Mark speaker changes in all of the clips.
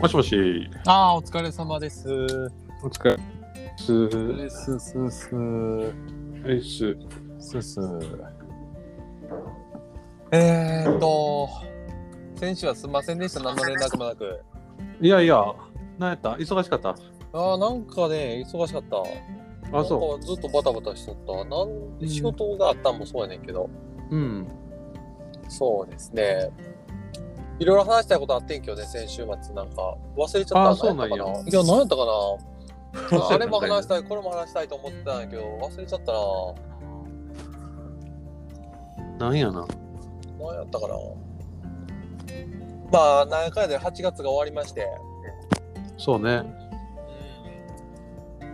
Speaker 1: もしもし。
Speaker 2: ああ、お疲れ様です。
Speaker 1: お疲れ。す。
Speaker 2: すすす
Speaker 1: す。
Speaker 2: すす。えーっと、先週はすみませんでした、何の連絡もなく。
Speaker 1: いやいや、なんやった忙しかった。
Speaker 2: ああ、なんかね、忙しかった。
Speaker 1: あ、そ
Speaker 2: なんかずっとバタバタしとった。なんで仕事があったんもそうやねんけど。
Speaker 1: う。うん。
Speaker 2: そうですね。いろいろ話したいことあってんけどね、先週末なんか。忘れちゃった
Speaker 1: あーそうなんや
Speaker 2: やったかいや、何やったかなあれも話し
Speaker 1: い。
Speaker 2: たい、これも話したいと思ってたんやけど、忘れちゃったな。
Speaker 1: なんやな。
Speaker 2: 何やったかなまあ何回で8月が終わりまして、
Speaker 1: そうね。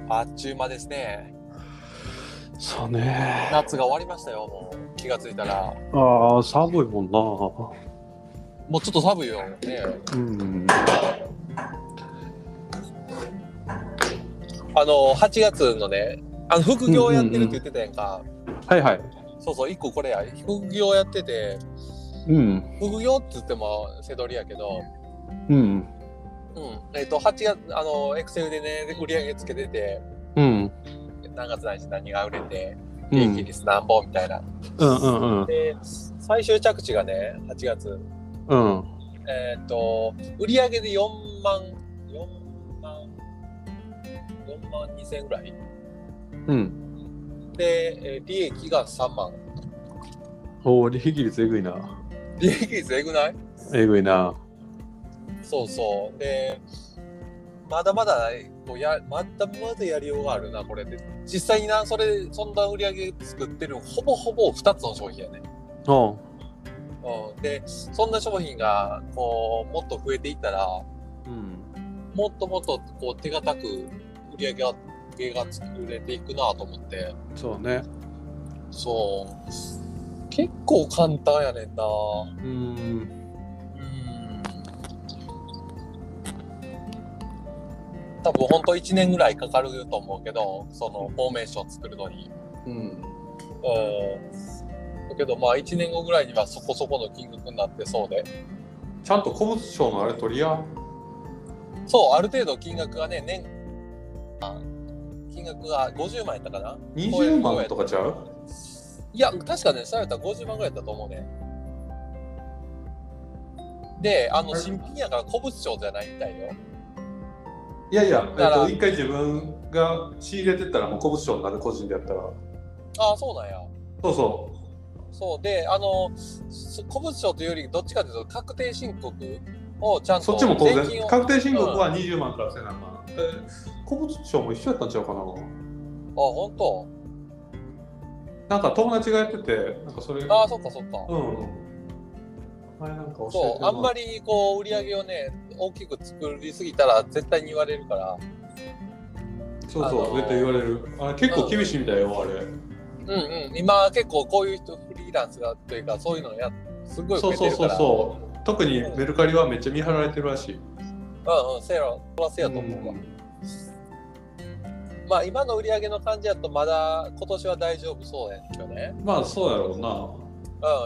Speaker 2: あっちゅう間ですね
Speaker 1: そうね。
Speaker 2: 夏が終わりましたよもう気がついたら
Speaker 1: ああ、寒いも
Speaker 2: もうちょっと寒いよ
Speaker 1: ん
Speaker 2: ね
Speaker 1: な。うん。
Speaker 2: あの8月のねあの副業やってるって言ってたやんか、
Speaker 1: はいはい。
Speaker 2: そうそう1個これや副業やってて
Speaker 1: うん。
Speaker 2: 副業っつってもせどりやけど
Speaker 1: うん。
Speaker 2: うんえっと8月あのエクセルでね売り上げつけてて
Speaker 1: うん。
Speaker 2: 何月何日何が売れて
Speaker 1: うん。う
Speaker 2: 利益
Speaker 1: ん
Speaker 2: 率何本みたいな、
Speaker 1: うんうん。
Speaker 2: で最終着地がね8月
Speaker 1: うん。
Speaker 2: えっ、と売上げで4万4万4万2千ぐらい
Speaker 1: うん。
Speaker 2: で、えー利益が3万
Speaker 1: おお、利益率えぐいな。
Speaker 2: 利益率えぐない
Speaker 1: えぐいな。
Speaker 2: そうそうでまだまだこうやまだまだやりようがあるなこれで実際になそれそんな売り上げ作ってるのほぼほぼ2つの商品やね
Speaker 1: おう。
Speaker 2: うん、でそんな商品がこうもっと増えていったら
Speaker 1: うん。
Speaker 2: もっともっとこう手堅く売り上げが上が作れていくなと思って
Speaker 1: そうね。
Speaker 2: そう結構簡単やねんな
Speaker 1: うん。
Speaker 2: うん多分ほんと1年ぐらいかかると思うけどそのフォーメーション作るのに
Speaker 1: うん。
Speaker 2: うんだけどまあ1年後ぐらいにはそこそこの金額になってそうで
Speaker 1: ちゃんと古物商のあれ取りや。
Speaker 2: そうある程度金額がね年あ金額が50万やったかな
Speaker 1: 20万とかちゃう
Speaker 2: いや、確かね、調べたら50万ぐらいだったと思うね。で、あの、
Speaker 1: はい
Speaker 2: 新品やから古物商じゃないみたいよ。
Speaker 1: いやいや、えっ
Speaker 2: だから
Speaker 1: と、一回自分が仕入れてたらもう古物商になる個人でやったら
Speaker 2: ああ、そうなんや。
Speaker 1: そうそ
Speaker 2: そうで、あの、す古物商というより、どっちかというと、確定申告をちゃん
Speaker 1: う
Speaker 2: と
Speaker 1: そっちも当然
Speaker 2: 税金を。あ
Speaker 1: 確定申告は20万から1000万、えー古物商も一緒やったんちゃうかな
Speaker 2: 本当。
Speaker 1: なんか友達がやっててなんかそれ
Speaker 2: ああ、そっかそっか。
Speaker 1: うん前なんか教えて
Speaker 2: そう、あんま
Speaker 1: り
Speaker 2: りこう、売り上げをね、大きく作りすぎたら、絶対に言われるから。
Speaker 1: そう
Speaker 2: あ
Speaker 1: そう
Speaker 2: のー
Speaker 1: 絶対言われるあれ結構厳しいみたいよあれ
Speaker 2: うんうん、今、結構こういう人、フリーランスがというか、そういうのや、すごい増
Speaker 1: そう
Speaker 2: え
Speaker 1: そ
Speaker 2: て
Speaker 1: うそう
Speaker 2: るから。
Speaker 1: そう特にメルカリはめっちゃ見張られてるらしい
Speaker 2: うんうん、せやろ、そらせやと思うわ。まあ今の売り上げの感じだとまだ今年は大丈夫そうやけどね。
Speaker 1: まあそうやろうな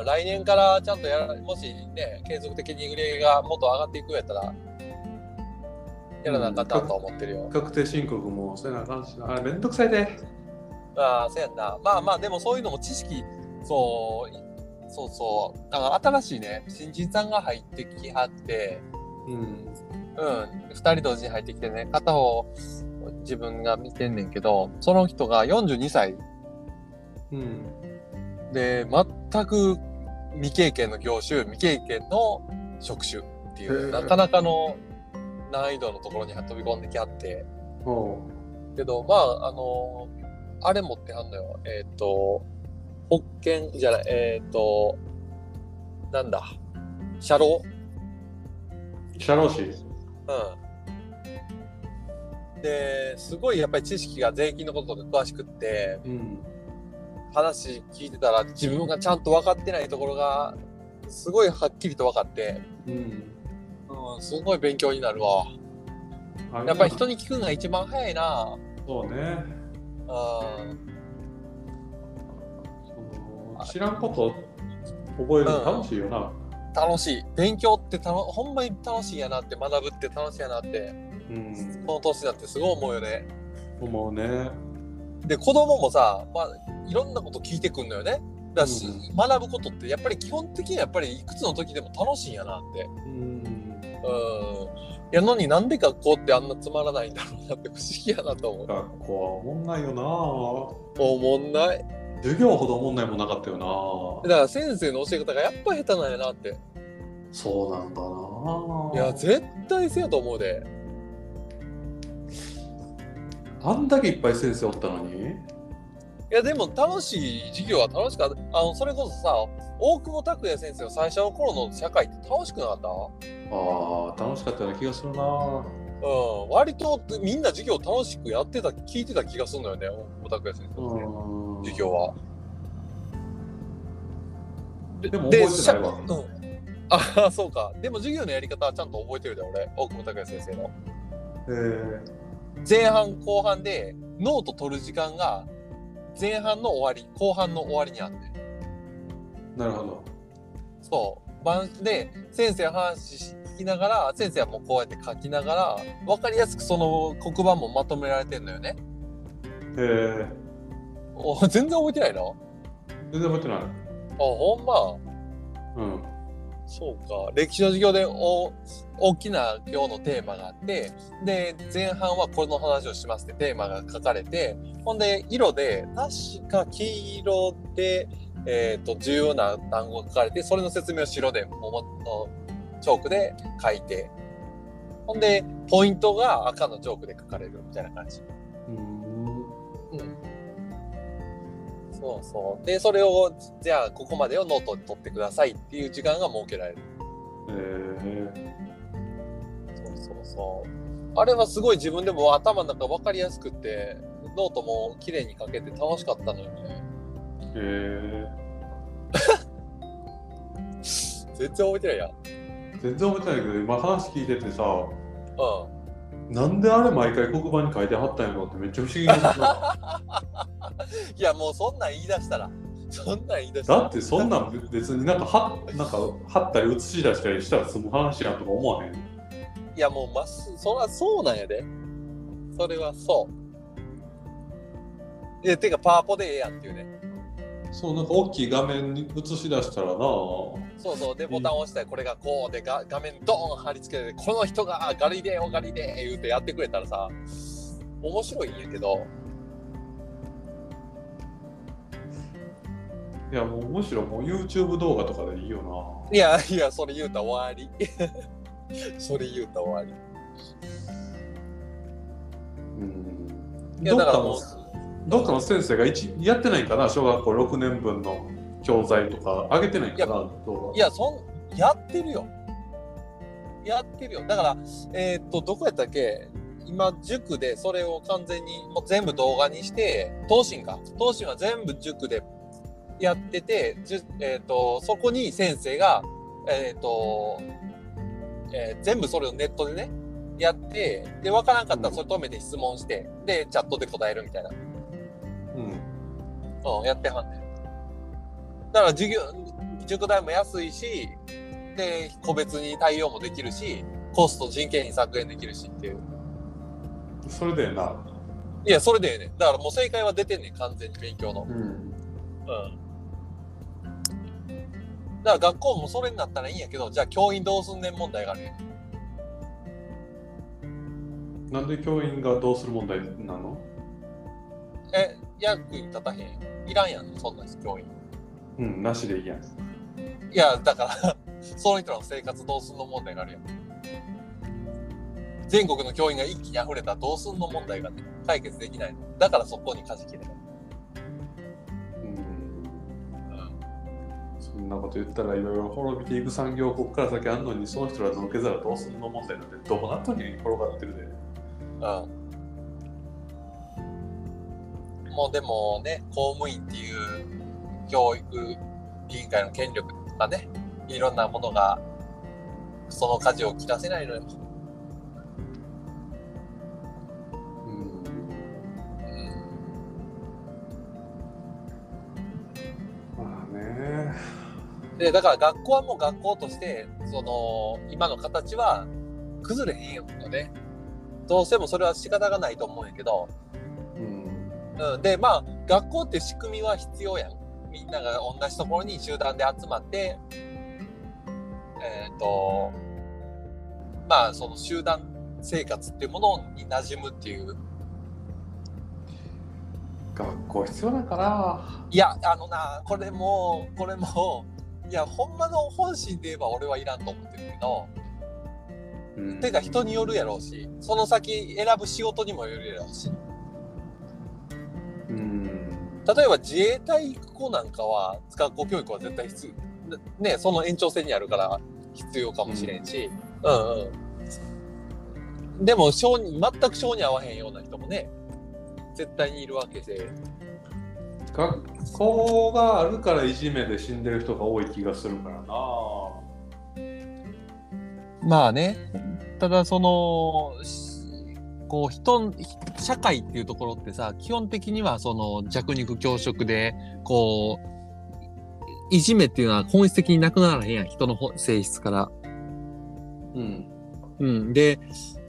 Speaker 2: うん、来年からちゃんとやら、もしね、継続的に売り上げがもっと上がっていくんやったら、やらなあかったとは思ってるよ。
Speaker 1: 確定申告もせなあかんしなあれめんどくさいで
Speaker 2: ああ、そうやんな。まあまあでもそういうのも知識、そう、いそうそう、だから新しいね、新人さんが入ってきはって、
Speaker 1: うん
Speaker 2: うん、2人同時に入ってきてね、片方自分が見てんねんけど、その人が42歳
Speaker 1: うん
Speaker 2: で全く未経験の業種未経験の職種っていう
Speaker 1: へー
Speaker 2: なかなかの難易度のところに飛び込んできあって
Speaker 1: おう
Speaker 2: けどまああのあれ持ってはんのよえっ、と保険じゃないえっ、となんだ社労
Speaker 1: 社労士
Speaker 2: うんですごいやっぱり知識が税金のこととか詳しくって
Speaker 1: うん
Speaker 2: 話聞いてたら自分がちゃんと分かってないところがすごいはっきりと分かって、
Speaker 1: うん
Speaker 2: うん、すごい勉強になるわやっぱり人に聞くのが一番早いな
Speaker 1: そうね
Speaker 2: うん
Speaker 1: その知らんこと覚えるの楽しいよな、
Speaker 2: 楽しい勉強ってたのほんまに楽しいやなって学ぶって楽しいやなって
Speaker 1: うん
Speaker 2: この年になってすごい思うよね
Speaker 1: 思うね
Speaker 2: で子供もさ、まあ、いろんなこと聞いてくんのよねだし、
Speaker 1: うんう
Speaker 2: 学ぶことってやっぱり基本的にはやっぱりいくつの時でも楽しいんやなって
Speaker 1: うん
Speaker 2: うんやのになんで学校ってあんなつまらないんだろうなって不思議やなと思う
Speaker 1: 学校は思んないよ
Speaker 2: 思んない
Speaker 1: な授業ほど思んないもんなかったよ
Speaker 2: だから先生の教え方がやっぱ下手なんやなって
Speaker 1: なそうなんだ
Speaker 2: い
Speaker 1: な
Speaker 2: や絶対せやと思うで
Speaker 1: あんだけいっぱい先生おったのに
Speaker 2: いやでも楽しい授業は楽しかったあのそれこそさ大久保拓也先生の最初の頃の社会って楽しくなかった
Speaker 1: あー楽しかったような気がするな
Speaker 2: うん割とみんな授業楽しくやってた聞いてた気がするのよね大久保拓也先生のね
Speaker 1: うん
Speaker 2: 授業は
Speaker 1: でも覚えて
Speaker 2: で
Speaker 1: ないわ
Speaker 2: しゃうんああそうかでも授業のやり方はちゃんと覚えてるで俺大久保拓也先生の
Speaker 1: えー
Speaker 2: 前半後半でノート取る時間が前半の終わり後半の終わりにあって
Speaker 1: なるほど
Speaker 2: そう。晩で、先生の話し聞きながら、先生はもうこうやって書きながら、わかりやすくその黒板もまとめられてんのよね。
Speaker 1: え
Speaker 2: お全然覚えてないの
Speaker 1: ー、全然覚えてない
Speaker 2: あ、ほんま。
Speaker 1: うん
Speaker 2: そうか。歴史の授業でお大きな今日のテーマがあって、で、前半はこの話をしますってテーマが書かれて、ほんで、色で、確か黄色で、えっ、と、重要な単語が書かれて、それの説明を白で、桃のチョークで書いて、ほんで、ポイントが赤のチョークで書かれるみたいな感じ。
Speaker 1: うん
Speaker 2: そうそう。で、それを、じゃあ、ここまでをノートに取ってくださいっていう時間が設けられる。
Speaker 1: え
Speaker 2: そうそうそう。あれはすごい自分でも頭の中分かりやすくて、ノートも綺麗に書けて楽しかったのよね。
Speaker 1: ー、え
Speaker 2: 全然覚えてないやん。
Speaker 1: ー、全然覚えてないけど今話聞いててさ
Speaker 2: う
Speaker 1: なんであれ毎回黒板に書いてはったんやろってめっちゃ不思議になった
Speaker 2: ん。いや、もうそんなん言い出したら、そんなん言い出したら。
Speaker 1: だってそんなん別になんかはなんか貼ったり写し出したりしたら済む話やんとか思わへん
Speaker 2: いや、もうまっす、そらそうなんやで。それはそう。いや、てか、パワポでええやんっていうね。
Speaker 1: そうなんか大きい画面に映し出したらな
Speaker 2: そうそう。で、ボタンを押したら、これがこうで、が画面ドーン貼り付けて、この人がガリでよ、ガリでー言うてやってくれたらさ、面白いんやけど、
Speaker 1: いやもうむしろもう YouTube 動画とかでいいよない
Speaker 2: やいや、それ言うたら終わり。 それ言うたら終わ
Speaker 1: うん
Speaker 2: り。いや、だから
Speaker 1: ど
Speaker 2: も
Speaker 1: っ
Speaker 2: う
Speaker 1: か、のどっかの先生が一やってないんかな小学校6年分の教材とか上げてないんかな動
Speaker 2: いや、そん、やってるよ。やってるよ。だから、えーっと、どこやったっけ今、塾でそれを完全に、もう全部動画にして、東進か。東進は全部塾でやってて、じゅえーっと、そこに先生が、えーっと、えー全部それをネットでね、やって、で、わからんかったらそれ止めて質問して、で、チャットで答えるみたいな。
Speaker 1: 画うん
Speaker 2: うん、やってはんねん。だから授業、塾代も安いし、で、個別に対応もできるし、コスト人件費削減できるしっていう。
Speaker 1: それでええない
Speaker 2: や、それでええねん。だからもう正解は出てんねん、完全に勉強の。
Speaker 1: うん
Speaker 2: うん。だから学校もそれになったらいいんやけど、じゃあ教員どうすんねん問題があるやん
Speaker 1: なんで教員がどうする問題なの
Speaker 2: え、役に立たへん。いらんやん、そんなん教員。
Speaker 1: うん、なしでいいやん。
Speaker 2: いや、だから、 その人らの生活どうすんの問題があるやん。全国の教員が一気に溢れたどうすんの問題がね、解決できないの。だからそこに舵切れる。
Speaker 1: うん、
Speaker 2: うん
Speaker 1: そんなこと言ったらいろいろ滅びていく産業ここから先あんのにその人らの受け皿どうすんの問題なんてどうなったに転がってるで。
Speaker 2: うん。もうでもね、公務員っていう教育委員会の権力とかね、いろんなものが、その舵を切らせないのよ。
Speaker 1: うん、
Speaker 2: うん
Speaker 1: まあね。
Speaker 2: で、だから学校はもう学校として、その、今の形は崩れへんよね。どうしてもそれは仕方がないと思うんやけど、
Speaker 1: うん
Speaker 2: うん、でまあ学校って仕組みは必要やんみんなが同じところに集団で集まってえっ、とまあその集団生活っていうものに馴染むっていう
Speaker 1: 学校必要だから
Speaker 2: いやあのなこれもこれもいやほんまの本心で言えば俺はいらんと思ってるけど
Speaker 1: うん
Speaker 2: てか人によるやろうしその先選ぶ仕事にもよるやろうし
Speaker 1: うん
Speaker 2: 例えば自衛隊行く子なんかは学校教育は絶対必要ねその延長線にあるから必要かもしれんし、うん、うんでも性に全く性に合わへんような人もね絶対にいるわけで
Speaker 1: 学校があるからいじめで死んでる人が多い気がするからな
Speaker 2: まあねただそのしこう人社会っていうところってさ基本的にはその弱肉強食でこういじめっていうのは本質的になくならへんやん人のほ性質から。
Speaker 1: うん
Speaker 2: うん、で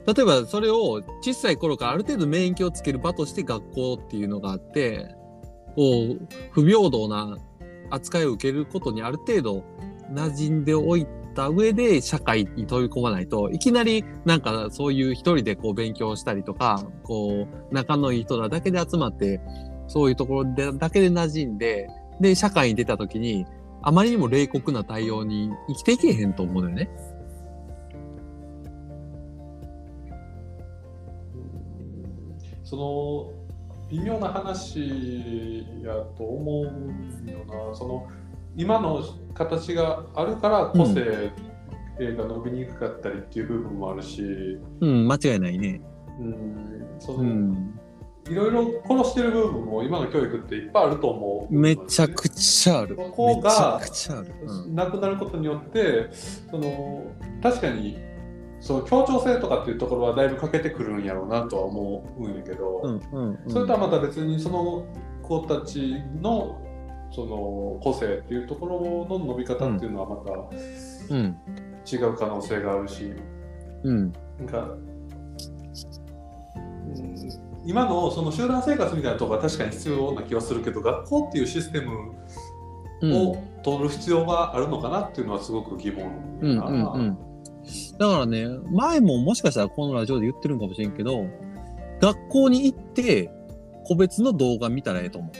Speaker 2: 例えばそれを小さい頃からある程度免疫をつける場として学校っていうのがあってこう不平等な扱いを受けることにある程度馴染んでおいた上で社会に飛び込まないといきなりなんかそういう一人でこう勉強したりとかこう仲のいい人らだけで集まってそういうところでだけで馴染んでで社会に出た時にあまりにも冷酷な対応に生きていけへんと思うのよね。
Speaker 1: その微妙な話やと思うよなその今の形があるから個性が伸びにくかったりっていう部分もあるし、
Speaker 2: うん、間違いないね。
Speaker 1: うん、そうの
Speaker 2: ん、
Speaker 1: いろいろ殺してる部分も今の教育っていっぱいあると思う。
Speaker 2: めちゃくちゃある。
Speaker 1: そこ
Speaker 2: めちゃ
Speaker 1: が
Speaker 2: くちゃある。うん
Speaker 1: なくなることによってその確かにその協調性とかっていうところはだいぶ欠けてくるんやろうなとは思うんやけど、
Speaker 2: うんうんうん
Speaker 1: それとはまた別にその子たちのその個性っていうところの伸び方っていうのはまた
Speaker 2: うん
Speaker 1: 違う可能性があるし、
Speaker 2: うん
Speaker 1: なんか、うん、今のその集団生活みたいなところは確かに必要な気はするけど学校っていうシステム
Speaker 2: うん
Speaker 1: を取る必要があるのかなっていうのはすごく疑問
Speaker 2: うん
Speaker 1: な
Speaker 2: うんうんだからね前ももしかしたらこのラジオで言ってるんかもしれんけど学校に行って個別の動画見たらええと思う。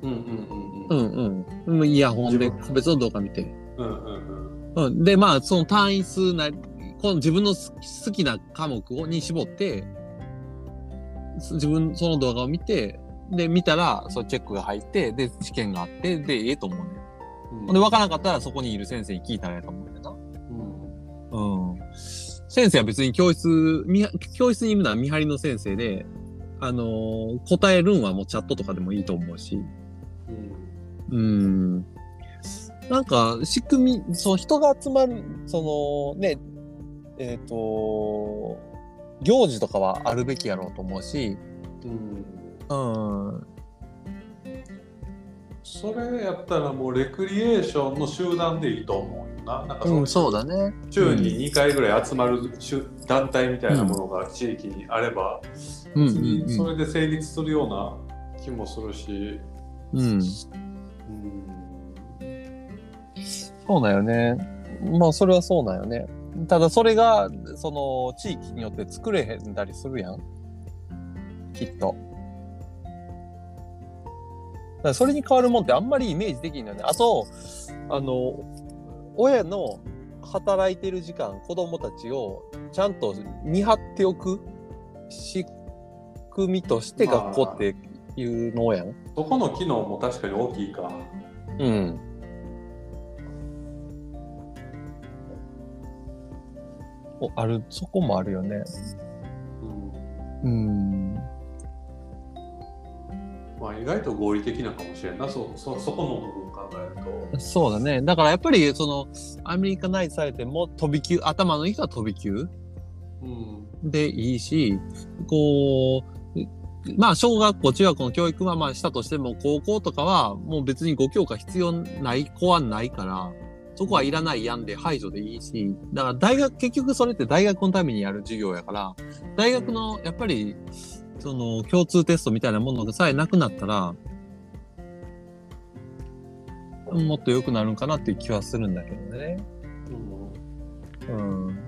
Speaker 1: うんうんうんう
Speaker 2: うんんうん。イヤホンで個別の動画見て。
Speaker 1: うんうん
Speaker 2: うん、で、まあ、その単位数なり、この自分の好き好きな科目をに絞って、す自分、その動画を見て、で、見たら、そう、チェックが入って、で、試験があって、で、ええと思うね。
Speaker 1: うん
Speaker 2: ほんで、わからなかったら、そこにいる先生に聞いたらええと思うねんな。
Speaker 1: うん
Speaker 2: うん。先生は別に教室、見は教室にいるのは見張りの先生で、あのー答えるんはもうチャットとかでもいいと思うし。
Speaker 1: うん
Speaker 2: うん。なんか、仕組み、そう、人が集まる、その、ね、えっ、と、行事とかはあるべきやろうと思うし、
Speaker 1: うん
Speaker 2: うん。
Speaker 1: それやったらもうレクリエーションの集団でいいと思うよななんかその
Speaker 2: そうだね。
Speaker 1: 週に2回ぐらい集まる集団体みたいなものが地域にあれば、
Speaker 2: うん
Speaker 1: 別に
Speaker 2: うんうん
Speaker 1: それで成立するような気もするし、
Speaker 2: うん。
Speaker 1: うん
Speaker 2: そうだよね。まあ、それはそうだよね。ただ、それが、その、地域によって作れへんだりするやん。きっと。だからそれに変わるもんってあんまりイメージできんのよね。あと、あの、親の働いてる時間、子供たちをちゃんと見張っておく仕組みとして学校っていうのやん。
Speaker 1: そこの機能も確かに大きいか。
Speaker 2: うん。おある、そこもあるよね。
Speaker 1: うん
Speaker 2: うん。
Speaker 1: まあ、意外と合理的なかもしれんなそそそこの部分考えると。
Speaker 2: そうだね。だからやっぱり、その、アメリカナイズされても、飛び級、頭のいい人は飛び級
Speaker 1: うん
Speaker 2: でいいし、こう、まあ、小学校、中学校の教育はまあしたとしても、高校とかはもう別に5教科必要ない子はないから、そこはいらないやんで排除でいいし、だから大学、結局それって大学のためにやる授業やから、大学のやっぱり、その共通テストみたいなものがさえなくなったら、もっと良くなるんかなっていう気はするんだけどね。
Speaker 1: うん
Speaker 2: うん。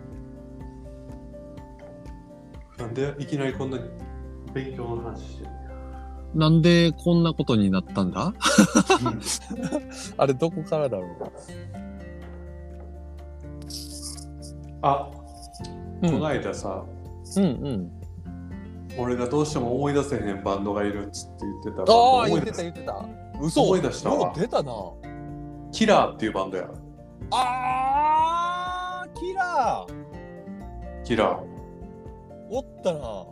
Speaker 1: なんでいきなりこんなに勉強の話してる
Speaker 2: なんでこんなことになったんだ
Speaker 1: のうん
Speaker 2: あれどこからだろ
Speaker 1: あ、
Speaker 2: うう
Speaker 1: この
Speaker 2: ん
Speaker 1: 間さ、
Speaker 2: うん。
Speaker 1: 俺がどうしても思い出せへんバンドがいるっつって言ってたバンド
Speaker 2: あ
Speaker 1: 思
Speaker 2: あ、言
Speaker 1: い
Speaker 2: って
Speaker 1: 出
Speaker 2: た
Speaker 1: す
Speaker 2: 言ってた。嘘
Speaker 1: 思い出したわ
Speaker 2: よう出たな。
Speaker 1: キラーっていうバンドや
Speaker 2: ああ、キラー
Speaker 1: キラー
Speaker 2: おったな。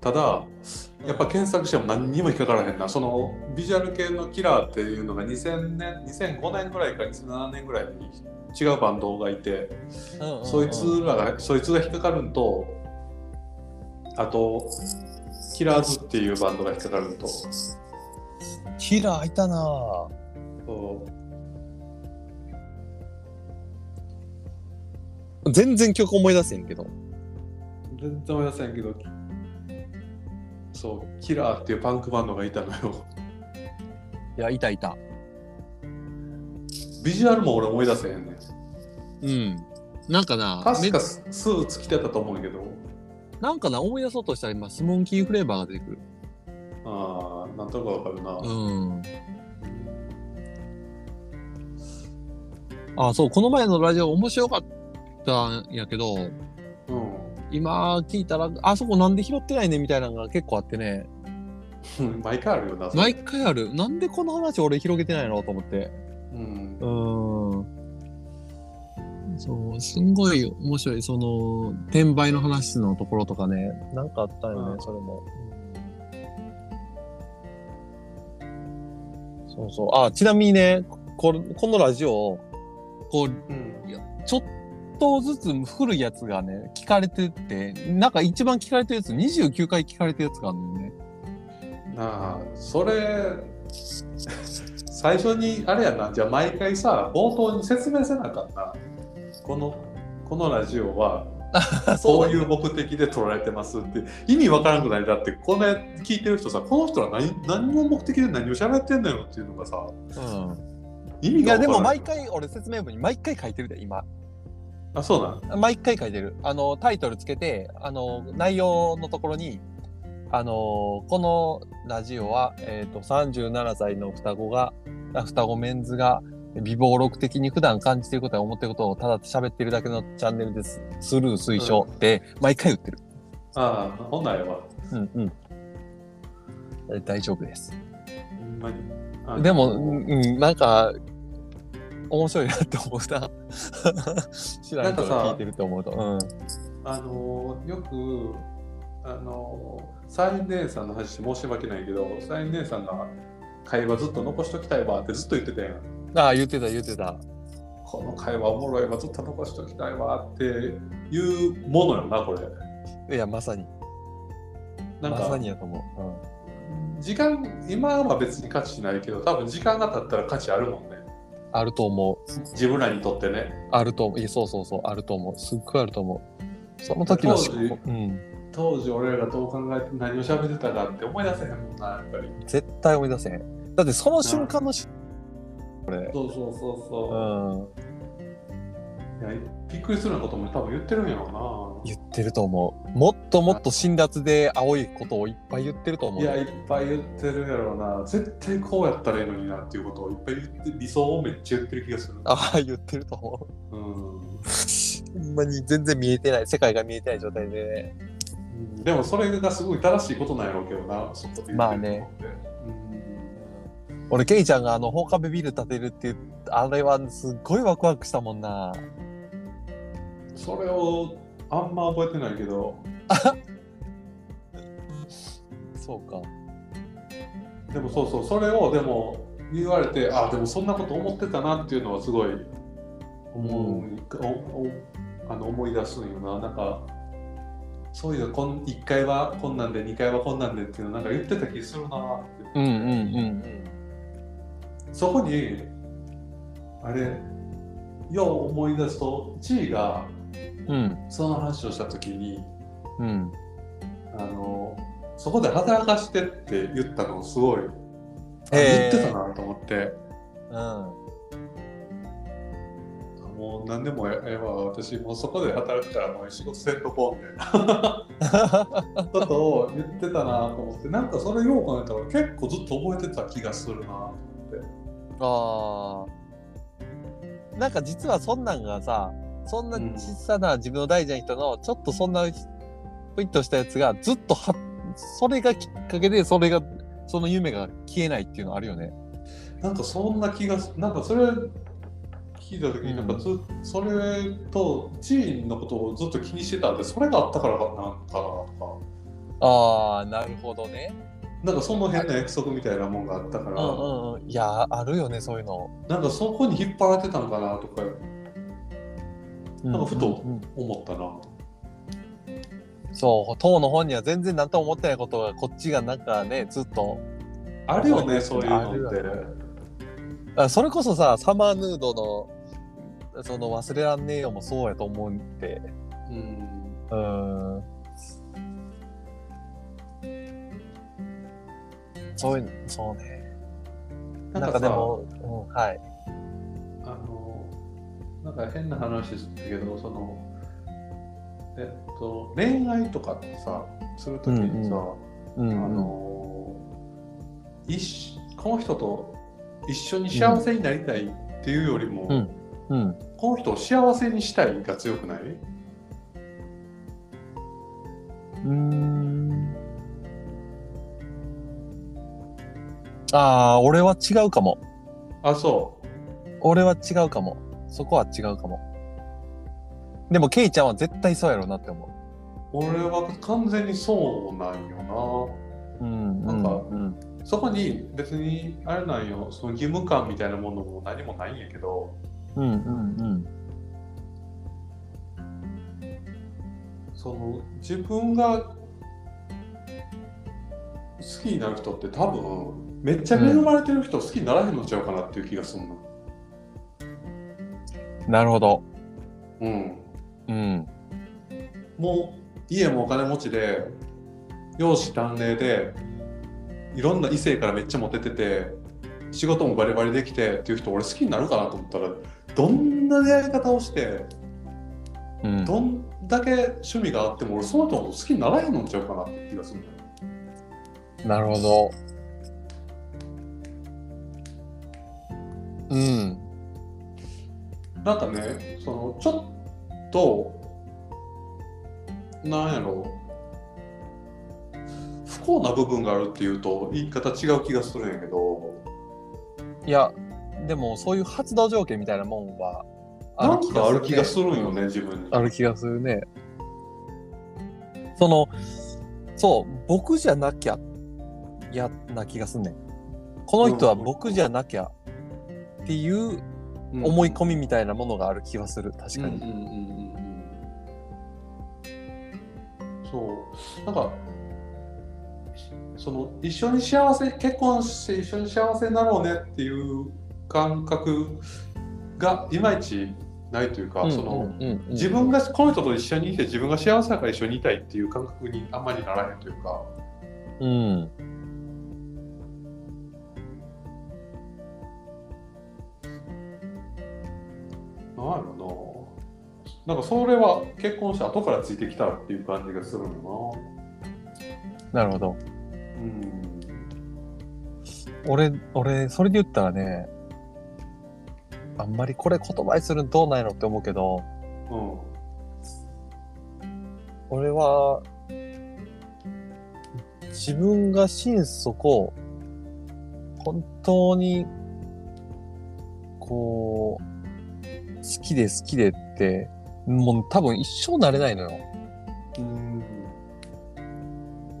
Speaker 1: ただやっぱ検索しても何にも引っかからへんなそのビジュアル系のキラーっていうのが2000年2005年ぐらいか2007年ぐらいに違うバンドがいて
Speaker 2: うんうんうん
Speaker 1: そいつらがそいつが引っかかるんとあとキラーズっていうバンドが引っかかるんと
Speaker 2: キラーいたな。全然曲思い出せんけど。
Speaker 1: 全然思い出せんけどそうキラーっていうパンクバンドがいたのよ
Speaker 2: いや、いたいた。
Speaker 1: ビジュアルも俺思い出せへんねん
Speaker 2: うん。なんかな、
Speaker 1: 確か
Speaker 2: め
Speaker 1: スーツ着てたと思うんやけど
Speaker 2: なんかな、思い出そうとしたら今、スモンキーフレーバーが出てくる。
Speaker 1: ああなんとなくわかるな、
Speaker 2: うん。あ、そう、この前のラジオ面白かったんやけど、
Speaker 1: う
Speaker 2: 今聞いたら、あそこなんで拾ってないねみたいなのが結構あってね、
Speaker 1: ん、毎回あるよな。それ
Speaker 2: 毎回ある。なんでこの話俺広げてないのと思って。
Speaker 1: うん
Speaker 2: う。ーん。そう、すんごい面白い。その、転売の話のところとかね。なんかあったよね、
Speaker 1: うん
Speaker 2: それも。そうそう。あ、ちなみにね、ここのラジオ、こう、
Speaker 1: うん。
Speaker 2: ちょっとずつ古いやつがね、聞かれてって、なんか一番聞かれてるやつ、29回聞かれてるやつがあるんだよね。
Speaker 1: なあ、それ、 最初に、あれやな、じゃあ毎回さ、冒頭に説明せなあかった。この、このラジオ は、こういう目的で撮られてますって、意味わからなくないだって、これ聞いてる人さ、この人は何何の目的で何を喋ってんのよっていうのがさ、
Speaker 2: うん。
Speaker 1: 意味
Speaker 2: い
Speaker 1: がわ
Speaker 2: や、
Speaker 1: か
Speaker 2: でも
Speaker 1: らない。
Speaker 2: 毎回、俺説明文に毎回書いてるで、今。
Speaker 1: あ、そうなん。
Speaker 2: 毎回書いてる。あの、タイトルつけて、あの、内容のところに、あの、このラジオは、えっ、と、37歳の双子が、あ双子メンズが、微暴録的に普段感じていることや思っていることをただ喋ってるだけのチャンネルです。スルー推奨って、毎回言ってる。
Speaker 1: ああ、ほんならええわ。
Speaker 2: うんうん。え大丈夫です。
Speaker 1: ほんまにあの
Speaker 2: でも、うん、うんなんか、面白いなって思うな。 知らん人が聞いてると思うと。うん。
Speaker 1: あのーよくあのーサイン姉さんの話申し訳ないけどサイン姉さんが会話ずっと残しときたいわってずっと言ってたやん
Speaker 2: ああ、言ってた言ってた。
Speaker 1: この会話おもろいわずっと残しときたいわっていうものよなこれ
Speaker 2: いや、まさに。
Speaker 1: なん
Speaker 2: まさ
Speaker 1: か
Speaker 2: にやと思
Speaker 1: 時間今は別に価値ないけど多分時間が経ったら価値あるもんね
Speaker 2: う。うん。あると思う。
Speaker 1: 自分らにとってね
Speaker 2: あると思う。いや、そうそうそう。あると思う。すっごいあると思う。その時の思考
Speaker 1: 当時
Speaker 2: うん。
Speaker 1: 当時俺らがどう考えて何を喋ってたかって思い出せへんもんなやっぱり
Speaker 2: 絶対思い出せへん。だってその瞬間のし、
Speaker 1: そうそうそう
Speaker 2: う
Speaker 1: そ
Speaker 2: ん。
Speaker 1: う、いやびっくりするようなことも多分言ってるんやろうな
Speaker 2: 言ってると思う。もっともっと辛辣で青いことをいっぱい言ってると思う。
Speaker 1: いや、いっぱい言ってるやろうな。絶対こうやったらいいのになっていうことをいっぱい言って、理想をめっちゃ言ってる気がする。
Speaker 2: ああ、言ってると思う。
Speaker 1: うん
Speaker 2: ほんまに全然見えてない、世界が見えてない状態で、
Speaker 1: でもそれがすごい正しいことなんやろうけどな、そこで言ってる
Speaker 2: まあね
Speaker 1: ことって。
Speaker 2: 俺、ケイちゃんがあの、放火部ビル建てるっていう、あれはすっごいワクワクしたもんな。
Speaker 1: うんそれをあんま覚えてないけど、
Speaker 2: そうか。
Speaker 1: でもそうそう、それをでも言われて、あ、でもそんなこと思ってたなっていうのはすごい思う、おおあの思い出すんよな。なんか、そういやこん1回はこんなんで2回はこんなんでっていうのなんか言ってた気するなーって、
Speaker 2: うんうんうん
Speaker 1: そこにあれよう思い出すと地位が
Speaker 2: うん
Speaker 1: その話をした時に
Speaker 2: うん
Speaker 1: あのそこで働かしてって言ったのすごいあ言
Speaker 2: へ
Speaker 1: っ
Speaker 2: ー
Speaker 1: てたなと思って
Speaker 2: うん
Speaker 1: もう何でもええわ私もうそこで働くからもう仕事せんとこうみたいな ことを言ってたなと思ってなんかそれよう考えたら結構ずっと覚えてた気がするな
Speaker 2: あーなんか実はそんなんがさそんな
Speaker 1: うん
Speaker 2: 小さな自分の大事な人のちょっとそんなぷいっとしたやつがずっとはそれがきっかけでそれがその夢が消えないっていうのあるよね。
Speaker 1: なんかそんな気がすなんかそれ聞いた時になんかず、それと地位のことをずっと気にしてたんでそれがあったからかなんかなと
Speaker 2: ああなるほどね。
Speaker 1: かなんかその変な約束みたいなもんがあったか
Speaker 2: う
Speaker 1: ら、
Speaker 2: んうんうん。いやあるよねそういうの。
Speaker 1: なんかそこに引っ張られてたのかなとかなんかふと
Speaker 2: うんうん
Speaker 1: 思ったな。
Speaker 2: うんそう当の本には全然何とも思ってないことがこっちがなんかねずっと
Speaker 1: あるよね、そういうのっ
Speaker 2: ある
Speaker 1: て
Speaker 2: よ。あそれこそさサマーヌードのその忘れらんねえよもそうやと思うんで。
Speaker 1: うん、
Speaker 2: うーんそういうそうね。
Speaker 1: な
Speaker 2: なんん
Speaker 1: か
Speaker 2: か
Speaker 1: で
Speaker 2: で
Speaker 1: も
Speaker 2: も、うん、はい。
Speaker 1: あのなんか変な話ですけどそのえっと恋愛とかってさするときにさ、
Speaker 2: うう
Speaker 1: あの一緒この人と一緒に幸せになりたいっていうよりも、
Speaker 2: うんうん。
Speaker 1: この人を幸せにしたいが強くない
Speaker 2: うん。ああー、俺は違うかも。
Speaker 1: あそ
Speaker 2: 俺は違うかも。そこは違うかも。でも、ケイちゃんは絶対そうやろうなって思
Speaker 1: う俺は完全にそうなんよな
Speaker 2: う。うん。
Speaker 1: なんか
Speaker 2: うん。
Speaker 1: そこに別にあれなんよその義務感みたいなものも何もないんやけど、
Speaker 2: うん。うん。うん。
Speaker 1: その自分が好きになる人って多分めっちゃ恵まれてる人好きにならへんのちゃうかなっていう気がするの。
Speaker 2: なるほど。
Speaker 1: うん、
Speaker 2: うん。
Speaker 1: もう家もお金持ちで容姿端麗でいろんな異性からめっちゃモテてて仕事もバリバリできてっていう人俺好きになるかなと思ったらどんな出会い方をして
Speaker 2: うん。
Speaker 1: どんだけ趣味があっても俺その人のこと好きにならへんのちゃうかなって気がするの。
Speaker 2: なるほど。うん。
Speaker 1: なんかね、そのちょっと、なんやろう、不幸な部分があるっていうと、言い方違う気がするんやけど、
Speaker 2: いや、でもそういう発動条件みたいなもんは
Speaker 1: なんかある気が
Speaker 2: る
Speaker 1: するんよね、自分に
Speaker 2: ね。。ある気がするね。その、そう、僕じゃなきゃ、や、な気がすんねん。この人は僕じゃなきゃっていう思い込
Speaker 1: み
Speaker 2: みみたいなものがある気がする。確かに。
Speaker 1: そう、なんか、その一緒に幸せ、結婚して一緒に幸せになろうねっていう感覚がいまいちないというか、その、
Speaker 2: うんうんうんうん
Speaker 1: 自分がこの人と一緒にいて自分が幸せだから一緒にいたいっていう感覚にあんまりならへんというか
Speaker 2: うん。
Speaker 1: なんやろななんかそれは結婚して後からついてきたっていう感じがするの
Speaker 2: なるほど。
Speaker 1: なうん
Speaker 2: 俺、俺、それで言ったらね、あんまりこれ言葉にするのどうなんやろって思うけど、
Speaker 1: うん
Speaker 2: 俺は、自分が心底、本当に、こう、好きで好きでって、もう多分一生なれないのよ。
Speaker 1: うん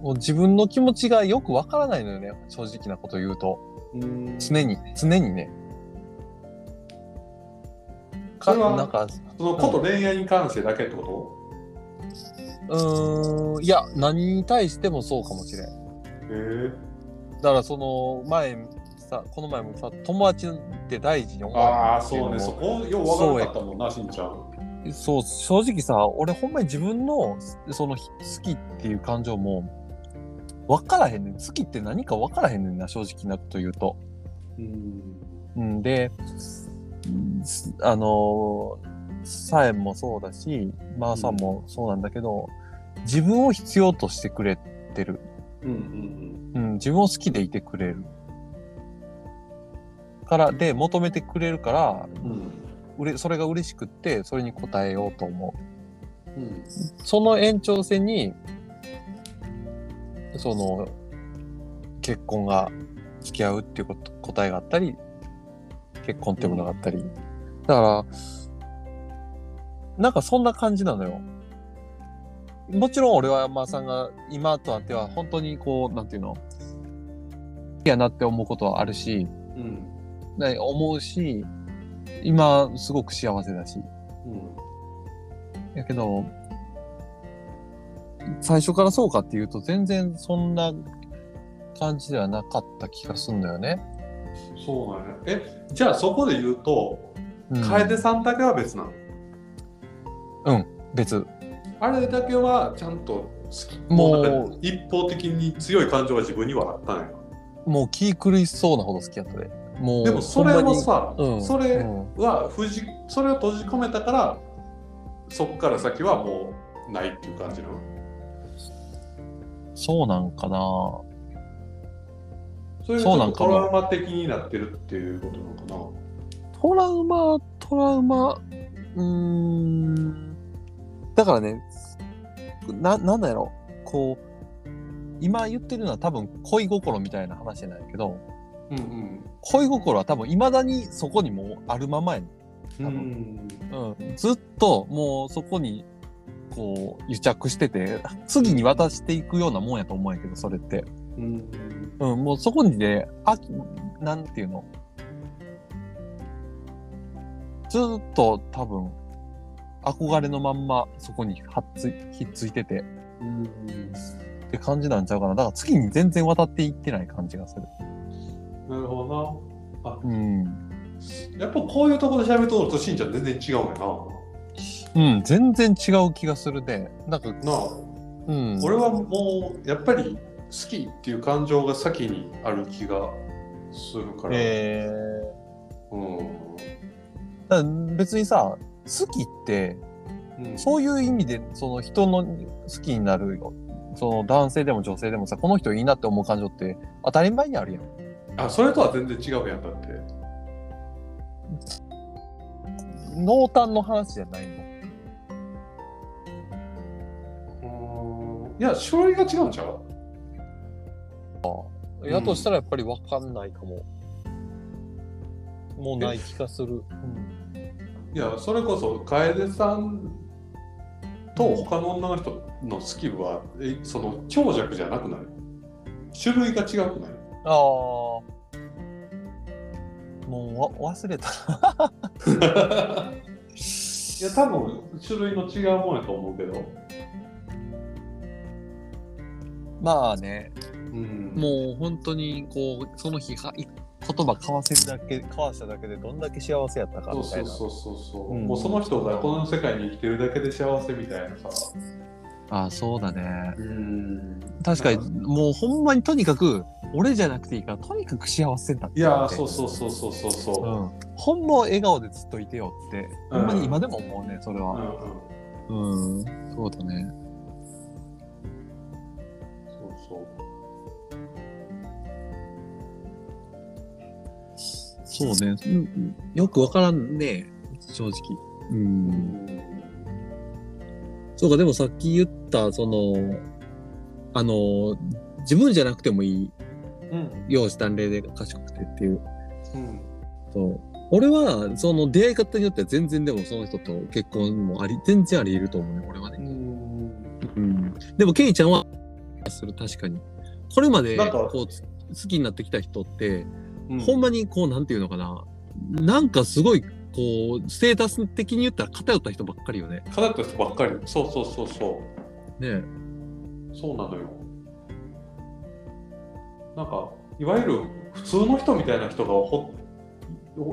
Speaker 2: もう自分の気持ちがよくわからないのよね。正直なこと言うと。
Speaker 1: うんそ
Speaker 2: 常に、常にね。か、
Speaker 1: それは
Speaker 2: なんか、
Speaker 1: のこと恋愛に関してだけってこ
Speaker 2: うーん、いや、何に対してもそうかもしれん。
Speaker 1: えー、
Speaker 2: だからその前さ、この前もさ、友達って大事に思う
Speaker 1: ああ
Speaker 2: ってい
Speaker 1: そう
Speaker 2: の
Speaker 1: ね
Speaker 2: も
Speaker 1: そこよう分からなかったもんなしんちゃん
Speaker 2: そう、正直さ、俺ほんまに自分のその好きっていう感情も分からへんねん。好きって何か分からへんねんな、正直なこと言うと。
Speaker 1: うん
Speaker 2: うんで、すあのー、サエンもそうだし、マーさんもそうなんだけど、自分を必要としてくれてる。
Speaker 1: うんうん
Speaker 2: うん、自分を好きでいてくれる。から、で、求めてくれるから、
Speaker 1: うんうん
Speaker 2: うれそれが嬉しくって、それに応えようと思
Speaker 1: うん
Speaker 2: う。その延長線に、その、結婚が付き合うっていうこと答えがあったり、結婚っていうものがあったり。だから、なんかそんな感じなのよ。もちろん俺は山田さんが今とあっては本当にこう、なんていうの、好きやなって思うことはあるし、
Speaker 1: うん
Speaker 2: ね思うし、今すごく幸せだし。
Speaker 1: うん
Speaker 2: やけど、最初からそうかっていうと全然そんな感じではなかった気がすんだよね。
Speaker 1: そうなんやえじゃあそこで言うと
Speaker 2: うん、
Speaker 1: 楓さんだけは別なの
Speaker 2: 別。
Speaker 1: あれだけはちゃんと好き
Speaker 2: もう
Speaker 1: なんか一方的に強い感情が自分にはあったんや
Speaker 2: もう気狂いそうなほど好きやったで。もう、
Speaker 1: でもそれも
Speaker 2: ほ
Speaker 1: さ、
Speaker 2: んまに、うん、
Speaker 1: それ、
Speaker 2: うん
Speaker 1: は封じそれを閉じ込めたからそこから先はもうないっていう感じなの
Speaker 2: そうなんかな
Speaker 1: それがち
Speaker 2: そう
Speaker 1: ょ
Speaker 2: な
Speaker 1: っ
Speaker 2: ん
Speaker 1: と
Speaker 2: か
Speaker 1: ト
Speaker 2: な
Speaker 1: ラウマ的になってるっていうことなのかな
Speaker 2: トラウマ、トラウマ、うーん。だからね、な、なんだろう。こう、今言ってるのは多分恋心みたいな話なんやけど、
Speaker 1: うん
Speaker 2: 恋心は多分未だにそこにもうあるままやね
Speaker 1: うんう
Speaker 2: 多分
Speaker 1: ん
Speaker 2: うん。ずっともうそこに、こう、癒着してて、次に渡していくようなもんやと思うんやけど、それって。
Speaker 1: うん
Speaker 2: うん、もうそこにね、あ、なんていうのずーっと多分、憧れのまんまそこにはっつい、ひっついてて
Speaker 1: うん
Speaker 2: って感じなんちゃうかな。だから次に全然渡っていってない感じがする。
Speaker 1: なるほど
Speaker 2: うん。
Speaker 1: なやっぱこういうところで喋るとるとしんちゃん全然違うんやな
Speaker 2: うん、全然違う気がするで。なんか、
Speaker 1: なあ
Speaker 2: うん。
Speaker 1: 俺はもうやっぱり好きっていう感情が先にある気がするから、
Speaker 2: え
Speaker 1: うん
Speaker 2: ー、だから別にさ、好きって、
Speaker 1: うん
Speaker 2: そういう意味で、その人の好きになるよ、その男性でも女性でもさ、この人いいなって思う感情って当たり前にあるやん。
Speaker 1: あそれとは全然違うやんだって
Speaker 2: 濃淡の話じゃないの。
Speaker 1: うんいや種類が違うんちゃううん
Speaker 2: やとしたらやっぱり分かんないかも。もうない気がする。
Speaker 1: いやそれこそ楓さんと他の女の人のスキルはえその強弱じゃなくない種類が違くない
Speaker 2: ああ。もうわ忘れた。
Speaker 1: いや多分種類の違うもんやと思うけど、
Speaker 2: まあね、
Speaker 1: うん、
Speaker 2: もう本当にこう、その日はい言葉交わせるだけ、交わしただけでどんだけ幸せやったか
Speaker 1: そう
Speaker 2: みた
Speaker 1: そ
Speaker 2: いうな。
Speaker 1: そうそうそう、
Speaker 2: うん
Speaker 1: もうその人がこの世界に生きてるだけで幸せみたいなさ
Speaker 2: ああ、そうだね。
Speaker 1: うん
Speaker 2: 確かに、もうほんまにとにかく、俺じゃなくていいから、とにかく幸せだって。
Speaker 1: いやそうそうそうそうそうそう、
Speaker 2: う
Speaker 1: うん
Speaker 2: ん。ほんま笑顔でずっといてよって、
Speaker 1: うん
Speaker 2: ほんまに今でも思うね、それ
Speaker 1: う
Speaker 2: は。
Speaker 1: ん
Speaker 2: うん。そうだね。
Speaker 1: そうそう
Speaker 2: そうね。うんよくわからんね、正直。う。
Speaker 1: うんん
Speaker 2: そうか、でもさっき言った、その、あの、自分じゃなくてもいい、
Speaker 1: うん
Speaker 2: 容姿端麗で賢くてっていう。
Speaker 1: うん
Speaker 2: そう。俺は、その出会い方によっては全然でもその人と結婚もあり、全然あり得ると思うね、俺はね。
Speaker 1: うん
Speaker 2: でもケイちゃんはする確かにこれまで
Speaker 1: なんか
Speaker 2: こうつ好きになってきた人って、
Speaker 1: うん
Speaker 2: ほんまにこうなんていうのかななんかすごいこうステータス的に言ったら偏った人ばっかりよね
Speaker 1: 偏った人ばっかりそうそうそうそう
Speaker 2: ね ね
Speaker 1: そうなのよなんかいわゆる普通の人みたいな人がほ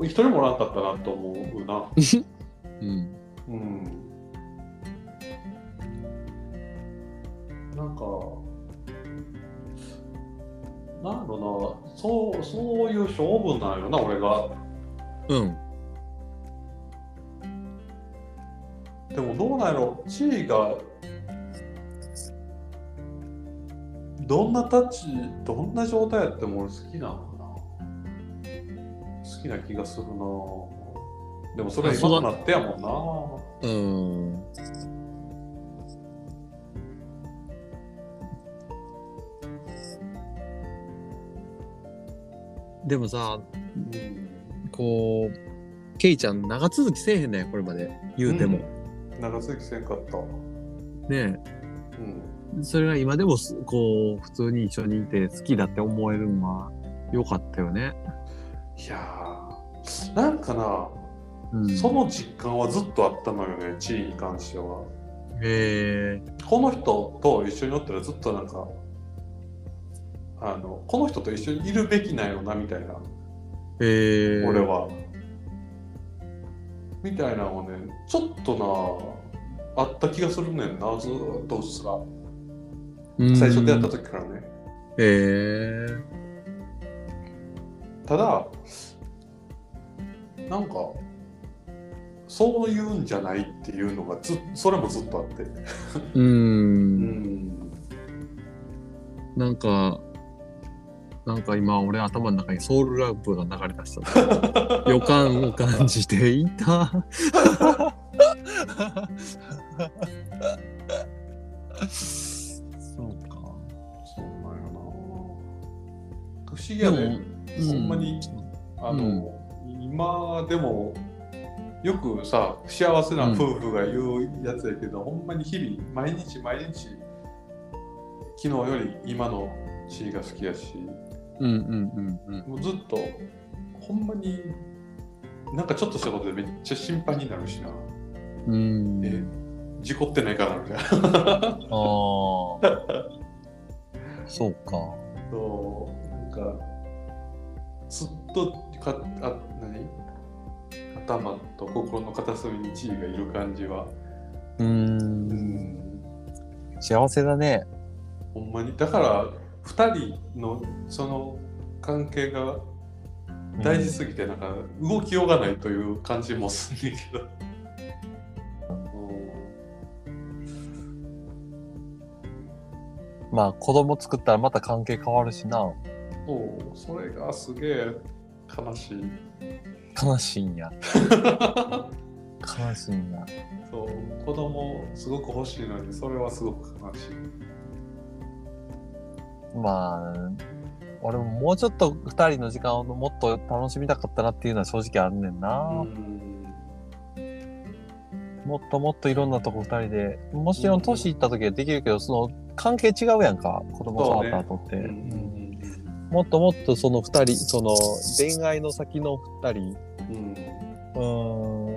Speaker 1: 一人もおらんかったなと思うな
Speaker 2: うん
Speaker 1: うんなんかなんだろうなそうそういう性分なんよな俺が
Speaker 2: うん
Speaker 1: でもどうなんやろ地位がどんなタッチどんな状態やっても俺好きなのかな好きな気がするなでもそれは今となってやも
Speaker 2: うんでもさ
Speaker 1: んな、うん
Speaker 2: こうケイちゃん長続きせえへんねこれまで言うても、
Speaker 1: 長続きせんかったうん
Speaker 2: ねえそれが今でもすこう普通に一緒にいて好きだって思えるのは良かったよね、
Speaker 1: いやーなんかな、
Speaker 2: うん、
Speaker 1: その実感はずっとあったのよね地位に関しては
Speaker 2: へえ
Speaker 1: この人と一緒におったらずっとなんかあのこの人と一緒にいるべきなんよなみたいな
Speaker 2: へえ
Speaker 1: 俺は。みたいなのをね、ちょっとな、あった気がするねんな、ずーっとうっすら。最初出会った時からね。
Speaker 2: へえ
Speaker 1: ただ、なんか、そういうんじゃないっていうのがずっ、それもずっとあって。
Speaker 2: う
Speaker 1: うんん。
Speaker 2: なんか、なんか今俺頭の中にソウルラブが流れ出し た。予感を感じていた。
Speaker 1: そうなんよな。
Speaker 2: そうか。
Speaker 1: 不思議やね。
Speaker 2: う
Speaker 1: ほんまに。あの、今でもよくさ幸せな夫婦が言うやつやけど、ほんまに日々毎日毎日昨日より今の地位が好きやし
Speaker 2: うんうんうんうん。
Speaker 1: もうずっとほんまになんかちょっとしたことでめっちゃ心配になるしな、
Speaker 2: うん、
Speaker 1: え事故ってないかなみたいな
Speaker 2: ああ。そうか。
Speaker 1: そうなんかずっとかあ何頭と心の片隅に地位がいる感じはう
Speaker 2: う。
Speaker 1: んん
Speaker 2: 幸せだね。
Speaker 1: ほんまにだから2人のその関係が大事すぎてなんか動きようがないという感じもするけど。
Speaker 2: まあ子供作ったらまた関係変わるしな。
Speaker 1: そうそれがすげえ悲しい。
Speaker 2: 悲しいん や。悲しいんや。
Speaker 1: そう子供すごく欲しいのにそれはすごく悲しい。
Speaker 2: まあ、俺ももうちょっと二人の時間をもっと楽しみたかったなっていうのは正直あるねんな。
Speaker 1: ん
Speaker 2: もっともっといろんなとこ二人で、もちろん年いった時はできるけど、その関係違うやんか、子供触った後って。
Speaker 1: うん
Speaker 2: もっともっとその二人、その恋愛の先の二人、
Speaker 1: うんうん
Speaker 2: うーん、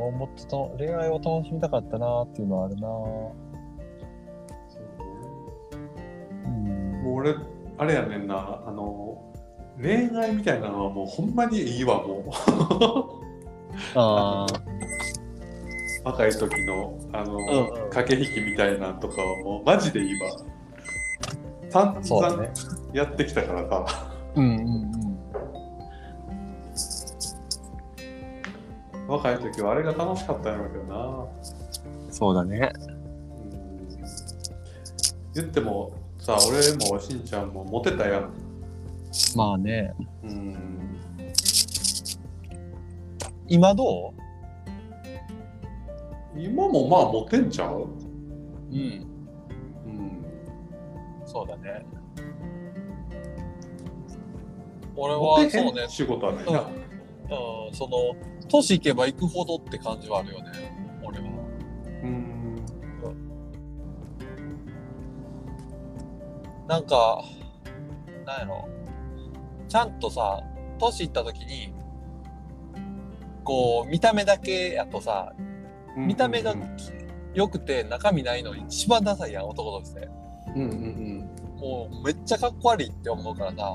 Speaker 2: をもっとと恋愛を楽しみたかったなっていうのはあるな。
Speaker 1: そう
Speaker 2: うん
Speaker 1: ねもう俺あれやねんなあの恋愛みたいなのはもうほんまにいいわもう。
Speaker 2: あ
Speaker 1: 若い時のあの、
Speaker 2: うんうん
Speaker 1: 駆け引きみたいなんとかはもうマジで今散
Speaker 2: あ、そうだ
Speaker 1: 々
Speaker 2: ね。
Speaker 1: やってきたからさ、
Speaker 2: うんうんうん。
Speaker 1: 若い時はあれが楽しかったんやろうけどな、
Speaker 2: そうだね。
Speaker 1: うん、言ってもさ俺もしんちゃんもモテたやん、
Speaker 2: まあね。
Speaker 1: うん、
Speaker 2: 今どう
Speaker 1: 今もまあモテんちゃう、
Speaker 2: うん。
Speaker 1: うん、
Speaker 2: そうだね。俺
Speaker 1: モ
Speaker 2: は
Speaker 1: テ
Speaker 2: そ
Speaker 1: へ
Speaker 2: うね
Speaker 1: ん、仕事はない
Speaker 2: うん
Speaker 1: な、
Speaker 2: うん、その、都市行けば行くほどって感じはあるよね、俺は。
Speaker 1: うん
Speaker 2: なんか、なんやろ。ちゃんとさ、都市行った時に、こう、見た目だけやとさ、見た目が
Speaker 1: うん
Speaker 2: 良くて中身ないのに一番ダサいやん男として
Speaker 1: うんうん
Speaker 2: もうめっちゃかっこ悪いって思うからな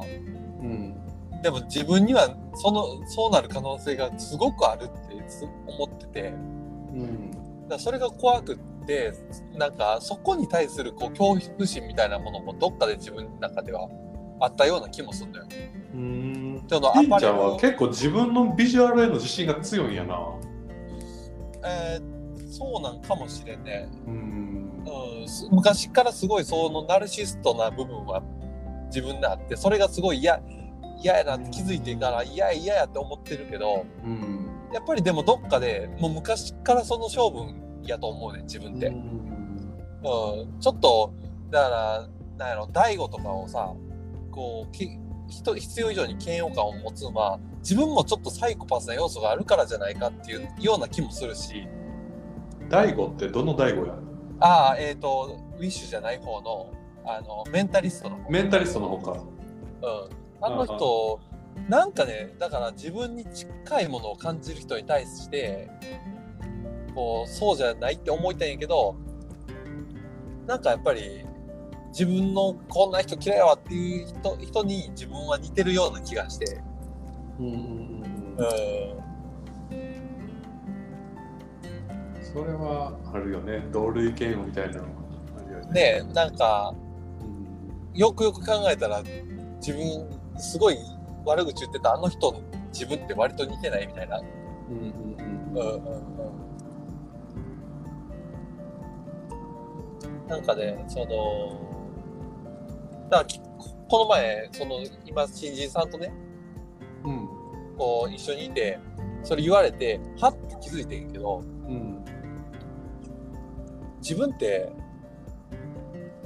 Speaker 1: うんうん
Speaker 2: でも自分にはそのそうなる可能性がすごくあるってす思ってて
Speaker 1: うん
Speaker 2: だからそれが怖くってなんかそこに対するこう恐怖心みたいなものもどっかで自分の中ではあったような気もするのよ。
Speaker 1: うーん
Speaker 2: ちょっと
Speaker 1: ピ
Speaker 2: ア
Speaker 1: ン
Speaker 2: パ
Speaker 1: ち
Speaker 2: レ
Speaker 1: ゃ
Speaker 2: ル
Speaker 1: んは結構自分のビジュアルへの自信が強いんやな
Speaker 2: えーそうなんかもしれんね、
Speaker 1: うん
Speaker 2: うんす、昔からすごいそのナルシストな部分は自分であってそれがすごい嫌嫌やなって気づいてから嫌や嫌やって思ってるけど
Speaker 1: うん
Speaker 2: やっぱりでもどっかでもう昔からその性分やと思うねん自分って、
Speaker 1: う
Speaker 2: うん
Speaker 1: ん
Speaker 2: ちょっとだからなんやろ大悟とかをさこうき人必要以上に嫌悪感を持つのは自分もちょっとサイコパスな要素があるからじゃないかっていうような気もするし
Speaker 1: 大悟ってどの大悟や
Speaker 2: ああえっ、とウィッシュじゃない方のあのメンタリストの方、
Speaker 1: メンタリストのほか
Speaker 2: うん、あの人なんかねだから自分に近いものを感じる人に対してこうそうじゃないって思いたいんやけどなんかやっぱり自分のこんな人嫌いやわっていう人人に自分は似てるような気がして、
Speaker 1: うんうんうん
Speaker 2: う
Speaker 1: うん
Speaker 2: ん、
Speaker 1: それはあるよね同類嫌悪みたいなのがあるよね
Speaker 2: ねなんか
Speaker 1: うん
Speaker 2: よくよく考えたら自分すごい悪口言ってたあの人に自分って割と似てないみたいな、
Speaker 1: うんうん
Speaker 2: うん
Speaker 1: うん
Speaker 2: うんうん、なんかねそのだからきこの前その今新人さんとね
Speaker 1: うん
Speaker 2: こう一緒にいてそれ言われてはって気づいてんけど
Speaker 1: うん
Speaker 2: 自分って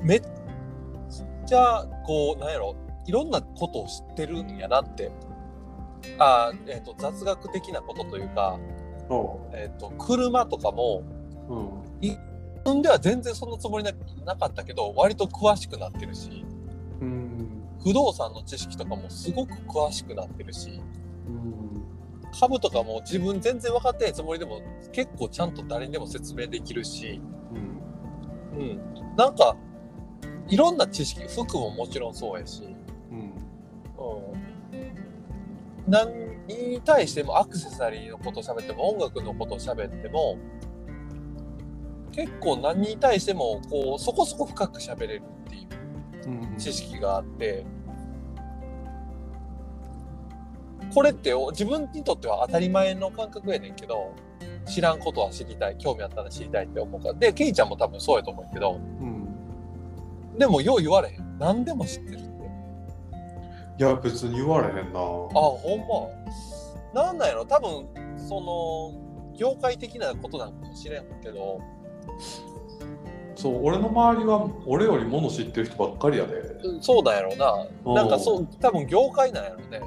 Speaker 2: めっちゃこうなんやろいろんなことを知ってるんやなってあー、えー、と雑学的なことというか、
Speaker 1: おう
Speaker 2: えー、と車とかも
Speaker 1: うん
Speaker 2: 自分では全然そんなつもりななかったけど割と詳しくなってるし
Speaker 1: うん
Speaker 2: 不動産の知識とかもすごく詳しくなってるし
Speaker 1: うん
Speaker 2: 株とかも自分全然分かってないつもりでも結構ちゃんと誰にでも説明できるし、
Speaker 1: うん
Speaker 2: うん、なんかいろんな知識服ももちろんそうやし、
Speaker 1: うん
Speaker 2: うん、何に対してもアクセサリーのことを喋っても音楽のことを喋っても結構何に対してもこうそこそこ深く喋れるっていう
Speaker 1: うん
Speaker 2: 知識があって、これってお自分にとっては当たり前の感覚やねんけど知らんことは知りたい興味あったら知りたいって思うからでケイちゃんも多分そうやと思うけど
Speaker 1: うん
Speaker 2: でもよう言われへん何でも知ってるって
Speaker 1: いや別に言われへんな
Speaker 2: あほんまなんなんやろ多分その業界的なことなんかもしれんけど
Speaker 1: そう俺の周りは俺よりもの知ってる人ばっかりやで
Speaker 2: そうなんやろななんかそう多分業界なんやろね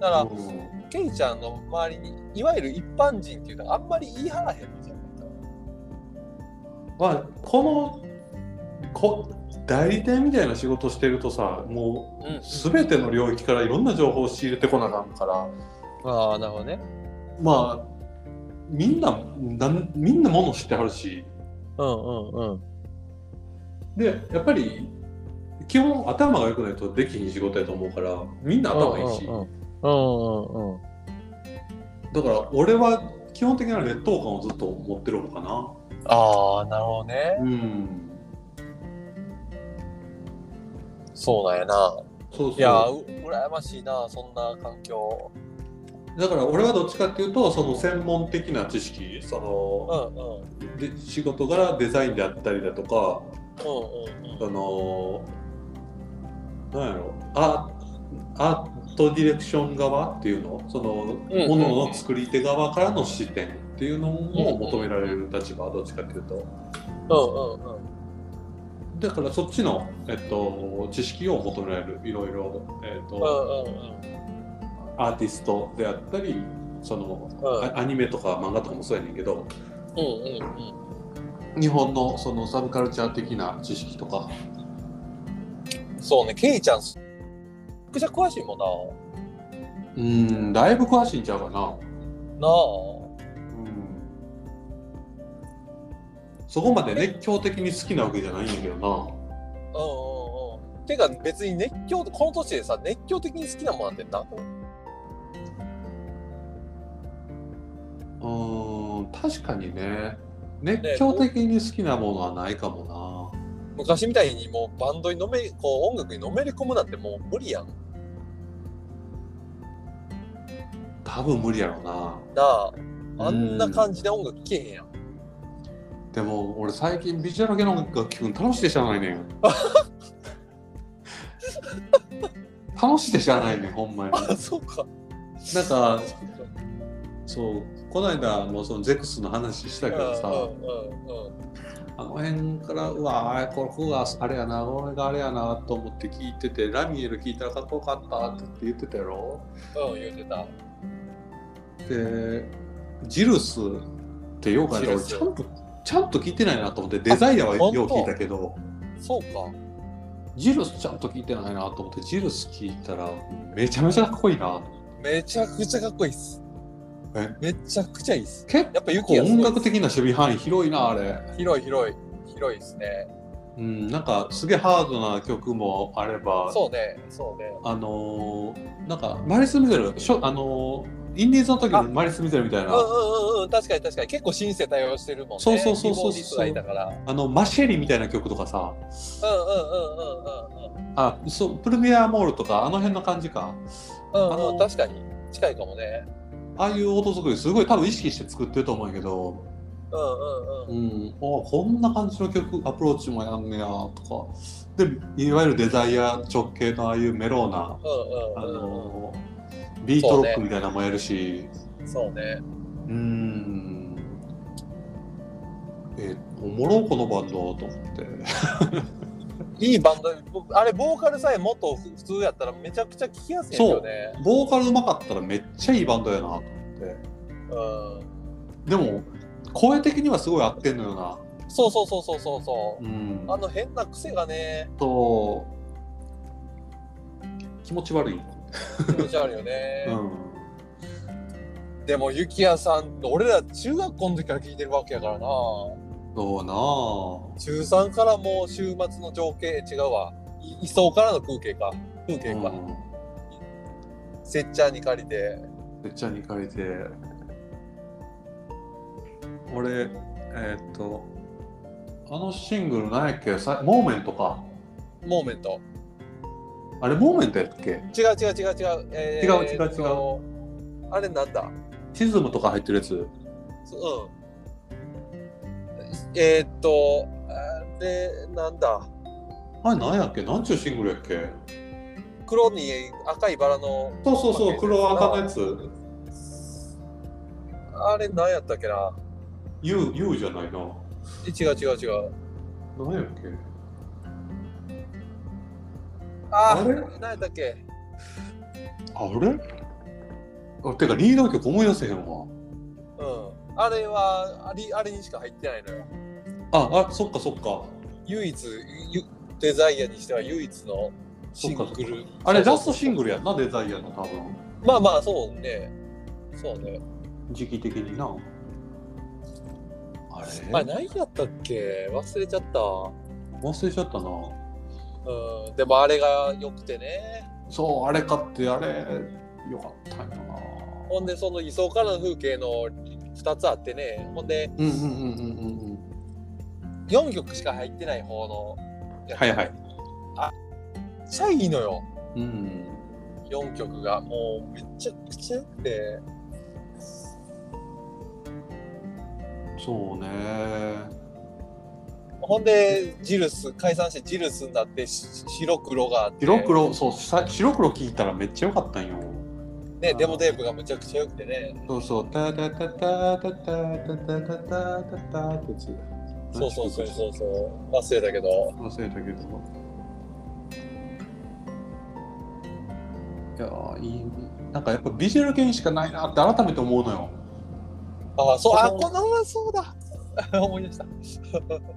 Speaker 2: だから、
Speaker 1: うん
Speaker 2: ケイちゃんの周りにいわゆる一般人っていうのはあんまり言い張らへんみたい
Speaker 1: まあこのこ代理店みたいな仕事してるとさも
Speaker 2: な、うん
Speaker 1: う、全ての領域からいろんな情報を仕入れてこなあかんから
Speaker 2: ああなるほどね
Speaker 1: まあみんななんみんなもの知ってはるし
Speaker 2: うんうんうん
Speaker 1: でやっぱり基本頭が良くないとできひん仕事やと思うからみんな頭いいし、
Speaker 2: うんうん
Speaker 1: だから俺は基本的な劣等感をずっと持ってるのかな
Speaker 2: ああなるほどね
Speaker 1: うん
Speaker 2: そうなんやな
Speaker 1: そうそう
Speaker 2: いやう羨ましいなそんな環境
Speaker 1: だから俺はどっちかっていうとその専門的な知識そ
Speaker 2: うんう
Speaker 1: の、
Speaker 2: んうん
Speaker 1: で仕事柄デザインであったりだとか
Speaker 2: うん
Speaker 1: あのなんやろアアートディレクション側っていうのその、
Speaker 2: うんうん
Speaker 1: ものの作り手側からの視点っていうのを求められる立場どっちかっていうと
Speaker 2: うんうんうん
Speaker 1: だからそっちの、えっと、知識を求められるいろいろ、えっとアーティストであったりその、
Speaker 2: うん
Speaker 1: あアニメとか漫画とかもそうやねんけど、
Speaker 2: うんうん
Speaker 1: 日本のそのサブカルチャー的な知識とか
Speaker 2: そうねケイちゃんすめちゃくちゃ詳しいもんな
Speaker 1: うんだいぶ詳しいんちゃうかな
Speaker 2: な
Speaker 1: う
Speaker 2: あ
Speaker 1: んそこまで熱狂的に好きなわけじゃないんやけど
Speaker 2: うんうんうん。てか別に熱狂、この年でさ、熱狂的に好きなものなんてな
Speaker 1: なうーん確かにね熱狂的に好きなものはないかも
Speaker 2: 昔みたいにもうバンドにのめり、こう音楽にのめり込むなんてもう無理やん。
Speaker 1: な多分無理やろな
Speaker 2: なあ、あんな感じで音楽聴けへんやん。
Speaker 1: でも俺最近ビジュアル系の音楽聴くの楽しいでしゃあないねん楽しいでしゃあないねんほんまに
Speaker 2: あ、そうか。
Speaker 1: なんかそうこの間もそのゼクスの話したけどさ、
Speaker 2: うんうんうん
Speaker 1: あの辺からうわあここがあれやな俺があれやなと思って聞いててラミエル聞いたらかっこよかったって言ってたやろ
Speaker 2: うん、言うてた。
Speaker 1: でジルスってようかね
Speaker 2: ジル
Speaker 1: 俺
Speaker 2: ス
Speaker 1: ちゃんとちゃんと聞いてないなと思ってデザイアは
Speaker 2: あ本当
Speaker 1: よう聞いたけど
Speaker 2: そうか。
Speaker 1: ジルスちゃんと聞いてないなと思ってジルス聞いたらめちゃめちゃかっこいいな
Speaker 2: めちゃくちゃかっこいいっす
Speaker 1: え。
Speaker 2: めちゃくちゃいいっす。
Speaker 1: 結
Speaker 2: やっぱユ
Speaker 1: 構
Speaker 2: キやすごい
Speaker 1: 音
Speaker 2: っす
Speaker 1: 楽的な守備範囲広いなあれ。
Speaker 2: 広い広い。広いっすね。
Speaker 1: うん、なんかすげえハードな曲もあれば
Speaker 2: そうね、そうね。
Speaker 1: あのーなんかマリス・ミゼルしょ、あのーインディーズの時のマリス・ミゼルみたい
Speaker 2: うん
Speaker 1: なあ
Speaker 2: うんうんうん、確かに確かに。結構シンセ対応してるもんね。
Speaker 1: そうそうそうそう
Speaker 2: キーボーディストがいたから。うん
Speaker 1: のマシェリみたいな曲とかさ
Speaker 2: うんうんうんうんうん。
Speaker 1: あそうプルミア・モールとかあの辺の感じか
Speaker 2: うん、
Speaker 1: あ
Speaker 2: あ
Speaker 1: の
Speaker 2: の確かに近いかもね。
Speaker 1: ああいう音作りすごい多分意識して作ってると思うんやけど、
Speaker 2: うんうん
Speaker 1: う
Speaker 2: うん。
Speaker 1: ん、おこんな感じの曲アプローチもやんねやとかでいわゆるデザイア直系のああいうメローな、
Speaker 2: うん
Speaker 1: あ
Speaker 2: うんうん
Speaker 1: のービートロックみたいなのもやるし。
Speaker 2: うん。そうね。
Speaker 1: うーんえおもろこのバンドと思って
Speaker 2: いいバンド、僕あれボーカルさえもっと普通やったらめちゃくちゃ聴きやすいんですよね。
Speaker 1: ボーカルうまかったらめっちゃいいバンドやなと思って
Speaker 2: うん。
Speaker 1: でも声的にはすごい合ってんのよな
Speaker 2: そうそうそうそうそうそう。
Speaker 1: うん
Speaker 2: あの変な癖がね、
Speaker 1: と気持ち悪い、
Speaker 2: 気持ち悪いよね。
Speaker 1: うん、
Speaker 2: でも、ゆきやさん、俺ら中学校の時から聞いてるわけやからな。
Speaker 1: そうなあ
Speaker 2: 中3からもう週末の情景、違うわ。い移送からの風景か。風景か。
Speaker 1: う
Speaker 2: せっちゃんに借りて。
Speaker 1: ん、めっちゃに借りて俺えーっとあのシングル何やっけさモーメントか
Speaker 2: モーメント。
Speaker 1: あれモーメントやっけ
Speaker 2: 違う違う違う違う。え
Speaker 1: 違う違う違う
Speaker 2: 違う。あれなんだ
Speaker 1: シズムとか入ってるやつ
Speaker 2: そうん。えーっと、あれなんだ
Speaker 1: あれなんやっけなんちゅうシングルやっけ
Speaker 2: 黒に赤いバラの。
Speaker 1: そうそうそう黒赤のやつ
Speaker 2: あれなんやったっけな
Speaker 1: U, U じゃないな
Speaker 2: え違う違う違う。
Speaker 1: なんやっけ
Speaker 2: あ
Speaker 1: あ
Speaker 2: あ
Speaker 1: れ
Speaker 2: れ何やったっけ
Speaker 1: あれあてかリード曲思い出せへんわ
Speaker 2: うん。あれはあれ、あれにしか入ってないのよ。
Speaker 1: ああそっかそっか
Speaker 2: 唯一、ゆデザイアにしては唯一のシング
Speaker 1: そっか
Speaker 2: ル。
Speaker 1: あれラストシングルやんなデザイアの多分
Speaker 2: まあまあ、そうね。そうね。
Speaker 1: 時期的になあ
Speaker 2: あれ、
Speaker 1: れ
Speaker 2: 何やったっけ忘れちゃった。
Speaker 1: 忘れちゃったな
Speaker 2: うん。でもあれが良くてね。
Speaker 1: そうあれ買ってあれよかったんやな
Speaker 2: ほんでその移送からの風景の2つあってねほんで
Speaker 1: うんうんうんうんうんうん
Speaker 2: 4曲しか入ってない方のやつ
Speaker 1: はいはい
Speaker 2: めっちゃいいのよ
Speaker 1: うん
Speaker 2: 4曲がもうめちゃくちゃよくて
Speaker 1: そうね
Speaker 2: ほんでジルス解散してジルスになってし白黒があって
Speaker 1: 白黒、そうさ白黒聞いたらめっちゃ良かったんよ
Speaker 2: ねデモテープがめちゃくちゃよくてね
Speaker 1: そうそうタタタタタタタタタタタタってやつ
Speaker 2: そうそうそうそうそう忘れたけど
Speaker 1: 忘れたけどいやーいいなんかやっぱビジュアル系しかないなって改めて思うのよ
Speaker 2: ああそうあ
Speaker 1: そう
Speaker 2: このはそうだ思い出した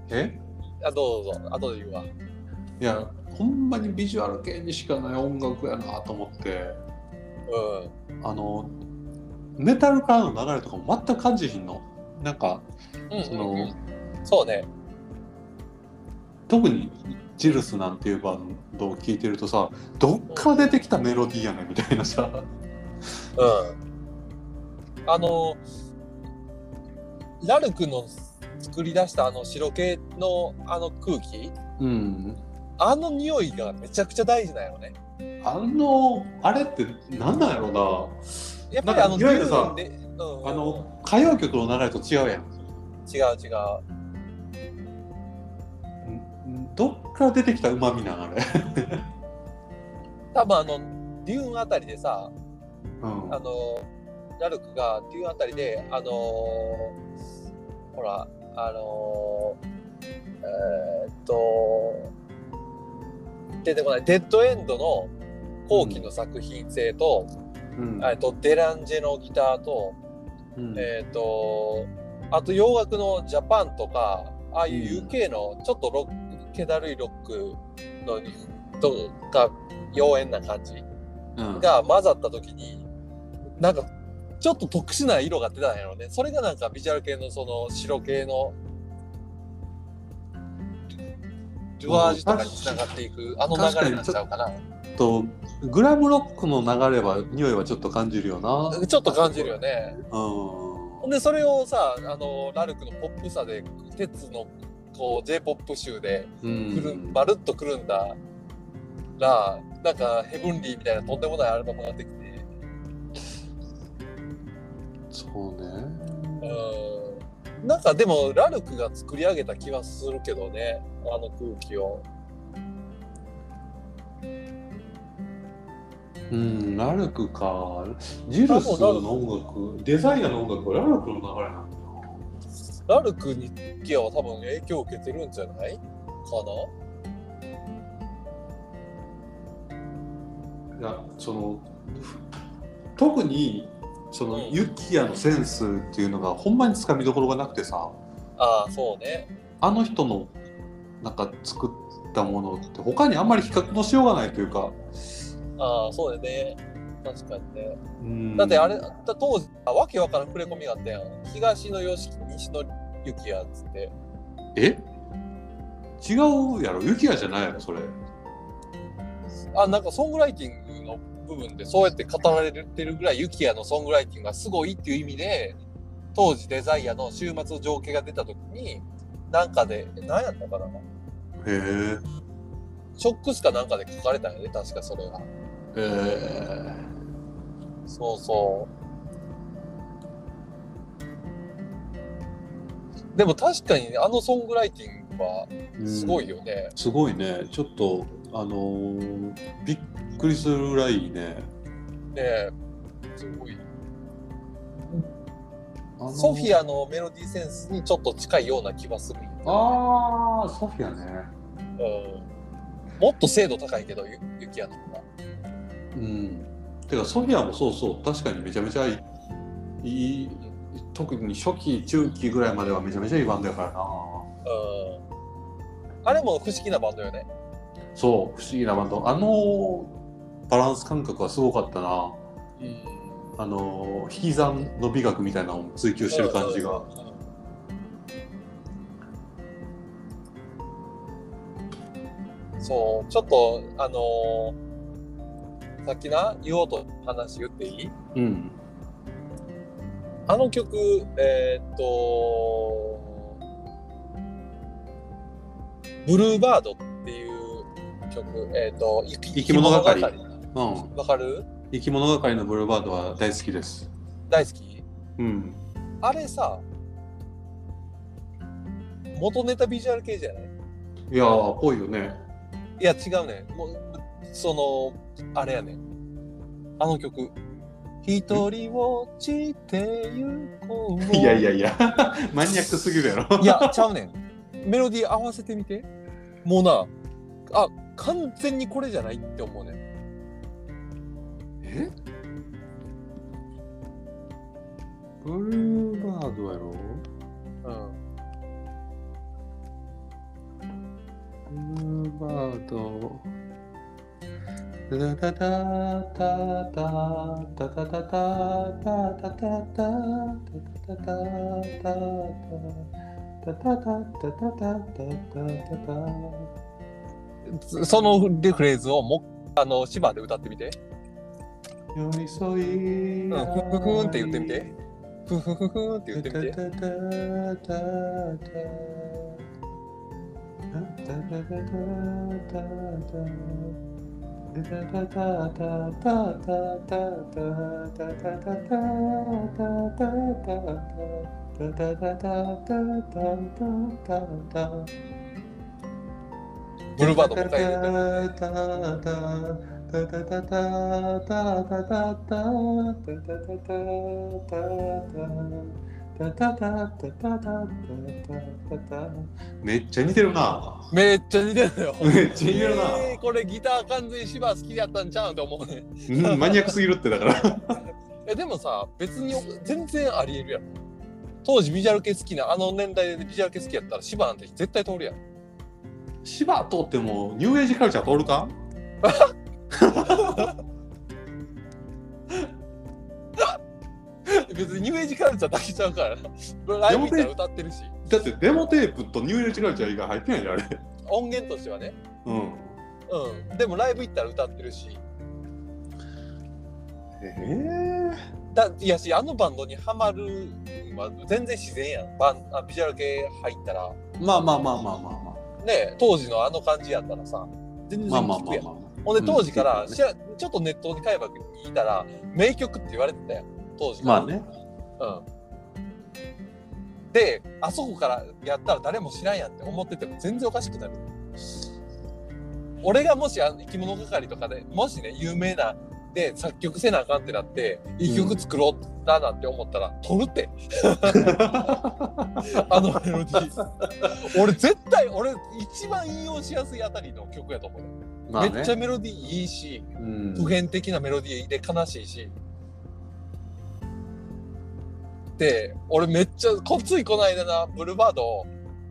Speaker 1: え
Speaker 2: あどうぞ後で言うわ
Speaker 1: いやほんまにビジュアル系にしかない音楽やなと思って
Speaker 2: うん
Speaker 1: あのメタルからの流れとかも全く感じひんのなんか
Speaker 2: うん
Speaker 1: そ
Speaker 2: うんう
Speaker 1: の
Speaker 2: んそうね。
Speaker 1: 特にジルスなんていうバンドを聴いてるとさどっから出てきたメロディーやねんみたいなさ
Speaker 2: うん。あの、ラルクの作り出したあの白系のあの空気、
Speaker 1: うん
Speaker 2: あの匂いがめちゃくちゃ大事なんやろね。
Speaker 1: あのあれって何なんやろ
Speaker 2: やっぱりあ
Speaker 1: な
Speaker 2: の、
Speaker 1: んかいわゆるさ
Speaker 2: デューンで、うん、
Speaker 1: なあの歌謡曲を習うと違うやん
Speaker 2: 違う違う。
Speaker 1: うんどっから出てきたうまみなんあれ、
Speaker 2: 多分あの、デューンあたりでさ、
Speaker 1: うん
Speaker 2: あの、ラルクがデューンあたりで、あのーほら、あのーえーっと、出てこない、デッドエンドの後期の作品性と、
Speaker 1: うん
Speaker 2: えっと、デランジェのギターと、
Speaker 1: うん
Speaker 2: えっ、と、あと洋楽のジャパンとか、ああい
Speaker 1: うん
Speaker 2: う UK のちょっとロック、気だるいロックのに、とか、妖艶な感じ
Speaker 1: うん
Speaker 2: が混ざった時に、なんか、ちょっと特殊な色が出たんやろうね。それがなんかビジュアル系のその白系の、ルアージュとかにつながっていく、あの流れになっちゃうかな。
Speaker 1: とグラムロックの流れは匂いはちょっと感じるよな
Speaker 2: ちょっと感じるよね。ほん
Speaker 1: う
Speaker 2: でそれをさあのラルクのポップさで鉄のこう j p o p 集で
Speaker 1: ん
Speaker 2: くる、ん、まるっとくるんだらなんかヘブンリーみたいなとんでもないアルバムができて
Speaker 1: そう
Speaker 2: う
Speaker 1: ね
Speaker 2: んなんかでもラルクが作り上げた気はするけどねあの空気を
Speaker 1: うんラルクかジルスの音楽デザイアの音楽はラルクの流れなんだよ
Speaker 2: ラルクにギアは多分影響を受けてるんじゃないか
Speaker 1: いやそのふ特にそのユキヤのセンスっていうのがほんまにつかみどころがなくてさ
Speaker 2: なああそうね
Speaker 1: あの人のなんか作ったものって他にあんまり比較のしようがないというか、
Speaker 2: ああそうだね確かにね
Speaker 1: うん
Speaker 2: だってあれ、だ当時、あわけわからん触れ込みがあったやん。東のよしき、西のゆきやっつって。
Speaker 1: え違うやろユキヤじゃないやろそれ
Speaker 2: あ、なんかソングライティングの部分でそうやって語られてるぐらい、ゆきやのソングライティングがすごいっていう意味で、当時デザイアの週末の情景が出た時に、なんかで、え何やったかな
Speaker 1: へ
Speaker 2: ショックスかなんかで書かれたんやね、確かそれが。
Speaker 1: ええ
Speaker 2: そうそう。でも確かにねあのソングライティングは
Speaker 1: ー
Speaker 2: すごいよね。
Speaker 1: すごいねちょっとあのーびっくりするぐらいね
Speaker 2: ねすごい
Speaker 1: あのー
Speaker 2: ソフィアのメロディーセンスにちょっと近いような気はするよ
Speaker 1: ああソフィアね
Speaker 2: うん、もっと精度高いけどゆゆきやの方が
Speaker 1: うんてかソフィアもそうそう確かにめちゃめちゃいいいい特に初期中期ぐらいまではめちゃめちゃいいバンドやからな
Speaker 2: うんあれも不思議なバンドよね
Speaker 1: そう不思議なバンドあのバランス感覚はすごかったな
Speaker 2: うん
Speaker 1: あのー引き算の美学みたいなのを追求してる感じが
Speaker 2: うんそうちょっとあのーさっきな言おうと話言っていい
Speaker 1: うん
Speaker 2: あの曲、えーっと、ブルーバードっていう曲、えーっと、い
Speaker 1: 生き物係
Speaker 2: 生き物
Speaker 1: うん
Speaker 2: わかる
Speaker 1: 生き物係のブルーバードは大好きです
Speaker 2: 大好き
Speaker 1: うん
Speaker 2: あれさ、元ネタビジュアル系じゃない
Speaker 1: いやーぽいよね
Speaker 2: いや、違うね。もう、その、あれやね。あの曲。一人落ちてゆこう。
Speaker 1: いやいやいや マニアックすぎるやろ
Speaker 2: いや、ちゃうねん。メロディー合わせてみて。もうな、あ、完全にこれじゃないって思うねん。
Speaker 1: えブルーバードやろ
Speaker 2: うん。
Speaker 1: ブルーバード。タタタタタタタタタタタタタタタタタタタタタタタタタタタタ
Speaker 2: そのリフレーズをもうあの芝で歌ってみて。
Speaker 1: 寄り添い。
Speaker 2: うん、ふんふんふんって言ってみて。。ふんふんふんふんって言ってみて。
Speaker 1: タタタタタタタタタタタタタ
Speaker 2: ブルーバードも歌えるんだよ。
Speaker 1: めっちゃ似てるな。
Speaker 2: めっちゃ似てるよ。
Speaker 1: めっちゃ似てるな。
Speaker 2: えーこれギター完全に芝好きだったんちゃうんって思うね。
Speaker 1: うん、マニアックすぎるってだから。
Speaker 2: えでもさ別に全然ありえるやろ。当時ビジュアル系好きなあの年代でビジュアル系好きやったら芝なんて絶対通るやん。
Speaker 1: 芝通ってもニューエイジカルチャー通るか
Speaker 2: 別にニューエイジカルチャーだけちゃうか らな。ライブ行ったら歌ってるし。
Speaker 1: だってデモテープとニューエイジカルチャー以外入ってないじゃんあれ。
Speaker 2: 音源としてはね。
Speaker 1: うん。
Speaker 2: うん。でもライブ行ったら歌ってるし。
Speaker 1: え
Speaker 2: だいやしあのバンドにハマるんは全然自然やんバンあビジュアル系入ったら
Speaker 1: えまあまあまあまあまあまあ。
Speaker 2: ね当時のあの感じやったらさ全然
Speaker 1: まあまあ
Speaker 2: 聞
Speaker 1: ま
Speaker 2: く
Speaker 1: あ
Speaker 2: やん、
Speaker 1: まあ。
Speaker 2: ほんで当時から、
Speaker 1: うん
Speaker 2: 知らちょっとネットに海馬にいたら名曲って言われてたやん当時か
Speaker 1: ま
Speaker 2: ら
Speaker 1: あね。
Speaker 2: うんであそこからやったら誰も知らんやんって思ってても全然おかしくなる俺がもしあの生き物係とかでもしね有名なで作曲せなあかんってなっていい曲作ろうだなって思ったら、撮るって あのメロディー俺絶対俺一番引用しやすいあたりの曲やと思うよ、
Speaker 1: まあね。
Speaker 2: めっちゃメロディーいいし
Speaker 1: うん
Speaker 2: 普遍的なメロディーで悲しいし。で、俺めっちゃ、こっついこの間な、ブルーバードを、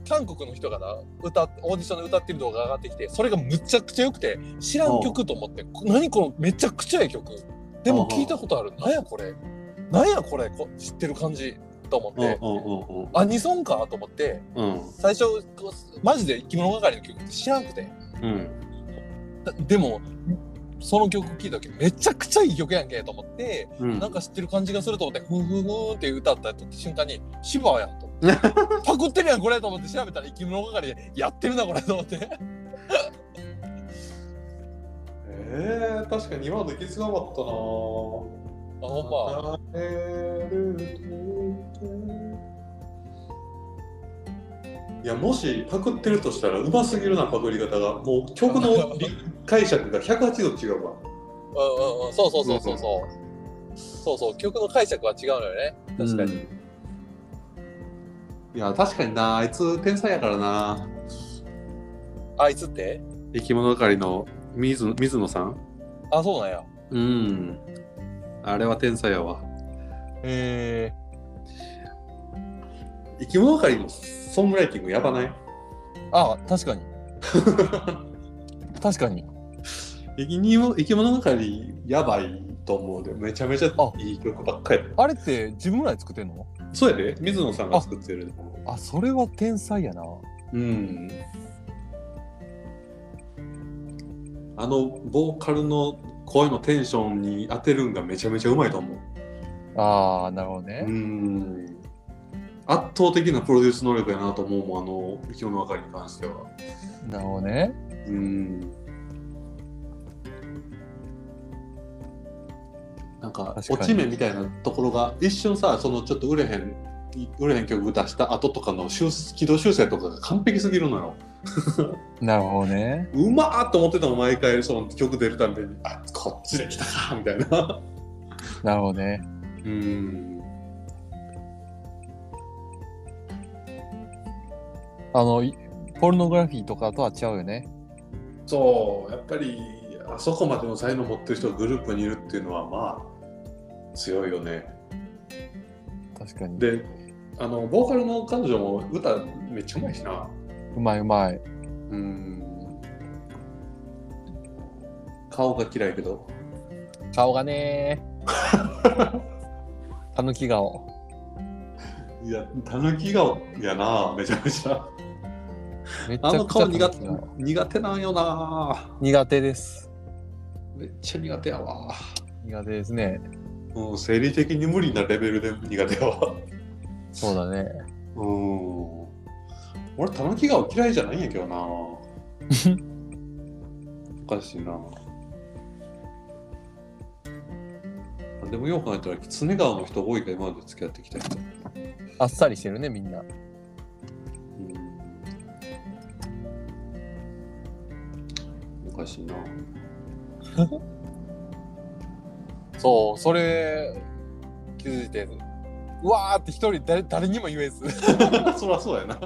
Speaker 2: 韓国の人がな、歌っ、オーディションで歌ってる動画が上がってきて、それがむちゃくちゃ良くて、知らん曲と思って、こ何このめちゃくちゃええ曲。でも
Speaker 1: うん
Speaker 2: 聞いたことある。なんやこれ。なんやこれ。こ知ってる感じ。と思って。
Speaker 1: う
Speaker 2: アニソンかと思って、
Speaker 1: んうんうんうん。
Speaker 2: 最初、こうマジで生き物係の曲って知らんくて。
Speaker 1: うん。うん。
Speaker 2: だでもその曲聴いた時めちゃくちゃいい曲やんけと思って、
Speaker 1: うん
Speaker 2: なんか知ってる感じがすると思って「ふんふんふん」って歌った瞬間に「シバやん」とパクってるやんこれと思って調べたら生き物係でやってるなこれと思って
Speaker 1: ええ確かに今の行きつかなかったな。
Speaker 2: あほんま
Speaker 1: いやもしパクってるとしたらうますぎるなパクり方がもう曲の理解釈が180度違うわ
Speaker 2: うんうんうんそうそうそうそうそう、そうそう曲の解釈は違うのよね確かに、
Speaker 1: いや確かになあいつ天才やからな
Speaker 2: あいつって
Speaker 1: 生き物係の水野水野さん
Speaker 2: あそうなんや
Speaker 1: うんあれは天才やわ
Speaker 2: へえ
Speaker 1: 生き物係もソングライティングやばない
Speaker 2: あ確かに確かに
Speaker 1: 生きにも生き物係やばいと思うでめちゃめちゃ
Speaker 2: あ
Speaker 1: いい曲ばっかり
Speaker 2: あれって自分らで作ってんの
Speaker 1: そうやで水野さんが作ってる
Speaker 2: あそれは天才やな
Speaker 1: うんあのボーカルの声のテンションに当てるんがめちゃめちゃうまいと思う
Speaker 2: ああなるほど
Speaker 1: う
Speaker 2: ね、
Speaker 1: ん圧倒的なプロデュース能力やなと思うもんあの生き物係に関しては
Speaker 2: なるほどね
Speaker 1: うんなんか
Speaker 2: 確かに
Speaker 1: 落ち目みたいなところが一瞬さそのちょっと売れへん売れへん曲出した後とかの修軌道修正とかが完璧すぎるのよ
Speaker 2: なるほどね
Speaker 1: うまーっと思ってたの毎回その曲出るたびにあこっちで来たかみたいな
Speaker 2: なるほどね
Speaker 1: うん
Speaker 2: あのいポルノグラフィーとかとは違うよね
Speaker 1: そうやっぱりあそこまでの才能持ってる人がグループにいるっていうのはまあ強いよね
Speaker 2: 確かに
Speaker 1: であのボーカルの彼女も歌めっちゃうまいしな
Speaker 2: うまいうまい
Speaker 1: うん顔が嫌いけど
Speaker 2: 顔がねたぬき顔
Speaker 1: いや、たぬき顔やな、めちゃめちゃ。
Speaker 3: めっちゃ
Speaker 1: あの顔苦
Speaker 3: 苦
Speaker 1: 手
Speaker 3: 手
Speaker 1: 苦手なんよな。
Speaker 3: 苦手です。
Speaker 1: めっちゃ苦手やわ。
Speaker 3: 苦手ですね。
Speaker 1: うん、生理的に無理なレベルで苦手やわ。
Speaker 3: そうだね。
Speaker 1: うん。俺、たぬき顔嫌いじゃないんや けどな。おかしいな。でもよく考えたら、キツネ顔の人多いから今まで付き合ってきた人。
Speaker 3: あっさりしてるね、みんな。
Speaker 1: おかしいな。
Speaker 2: そう、それ、気づいて、うわーって一人誰誰にも言え ず。
Speaker 1: そりゃそうやな。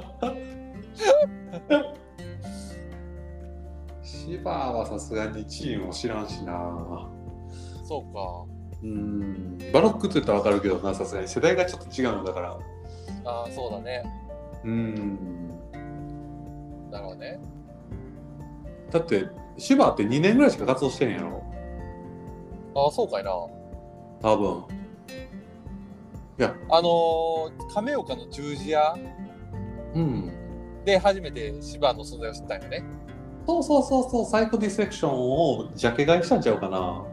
Speaker 1: シバはさすがにチームも知らんしな。
Speaker 2: そうか。
Speaker 1: うん。バロックって言ったらわかるけどな、さすがに世代がちょっと違うんだから。
Speaker 2: ああ、そうだね。
Speaker 1: うん。
Speaker 2: なるほどね。
Speaker 1: だって、シバって2年ぐらいしか活動してへんやろ。
Speaker 2: ああ、そうかいな。
Speaker 1: 多分。
Speaker 2: あのー、亀岡の十字屋
Speaker 1: うん。
Speaker 2: で初めて芝の存在を知ったんよね。
Speaker 1: そうそうそうそう、サイコディセクションをジャケ買いしたんちゃうかな。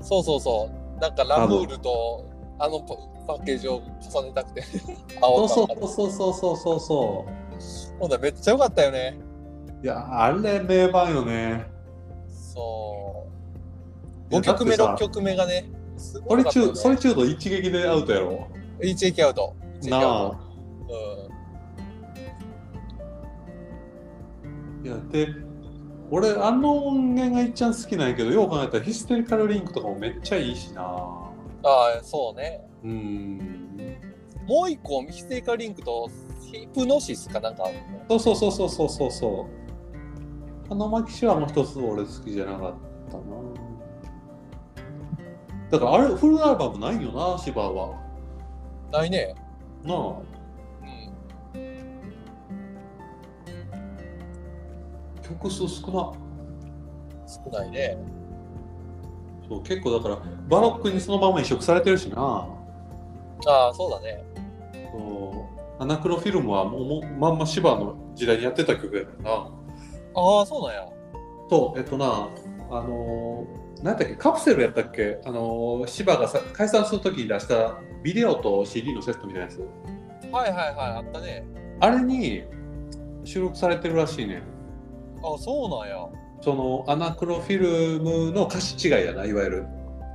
Speaker 2: そうそうそう。なんかラムールとあのパパッケージを重ねた くて。
Speaker 1: そ
Speaker 2: 青
Speaker 1: うそ
Speaker 2: と
Speaker 1: う
Speaker 2: 赤と。
Speaker 1: そうそうそうそうそう。
Speaker 2: ほんだらめっちゃ良かったよね。
Speaker 1: いやあれ名盤よね
Speaker 2: そう。
Speaker 1: いや
Speaker 2: 5曲目、
Speaker 1: だっ
Speaker 2: 6
Speaker 1: てさ
Speaker 2: 曲目がね。すご
Speaker 1: ソリ
Speaker 2: い良かった
Speaker 1: チ
Speaker 2: よ
Speaker 1: ュ
Speaker 2: ね
Speaker 1: ーソリチュード一撃でアウトやろ
Speaker 2: 一撃アウト。一撃
Speaker 1: な
Speaker 2: アウ
Speaker 1: あ
Speaker 2: ト。う。
Speaker 1: いやで俺あの音源がいっちゃん好きなんやけどよう考えたらヒステリカルリンクとかもめっちゃいいしなん
Speaker 2: ああ、そうね。
Speaker 1: うん
Speaker 2: もう一個、ミステリカリンクとヒプノシスかなんかあるのね
Speaker 1: そうそうそうそうそうそうそうあのマキシはもう一つ俺好きじゃなかったなだからあれフルアルバムないよな芝は
Speaker 2: ないね。
Speaker 1: なあ
Speaker 2: うん。
Speaker 1: 曲数少な
Speaker 2: 少ないね。
Speaker 1: そう結構だからバロックにそのまま移植されてるしな
Speaker 2: ああ、そうだね。
Speaker 1: そうアナクロフィルムはもうもまんま芝の時代にやってた曲やからな。
Speaker 2: ああ、そうなんや。
Speaker 1: と、えっとな、あのー、なんだっけ、カプセルやったっけ、あのー、芝がさ解散するときに出したビデオと CD のセットみたいなやつ。
Speaker 2: はいはいはい、あったね。
Speaker 1: あれに収録されてるらしいねん。
Speaker 2: ああ、そうなんや。
Speaker 1: そのアナクロフィルムの歌詞違いやな、いわゆる。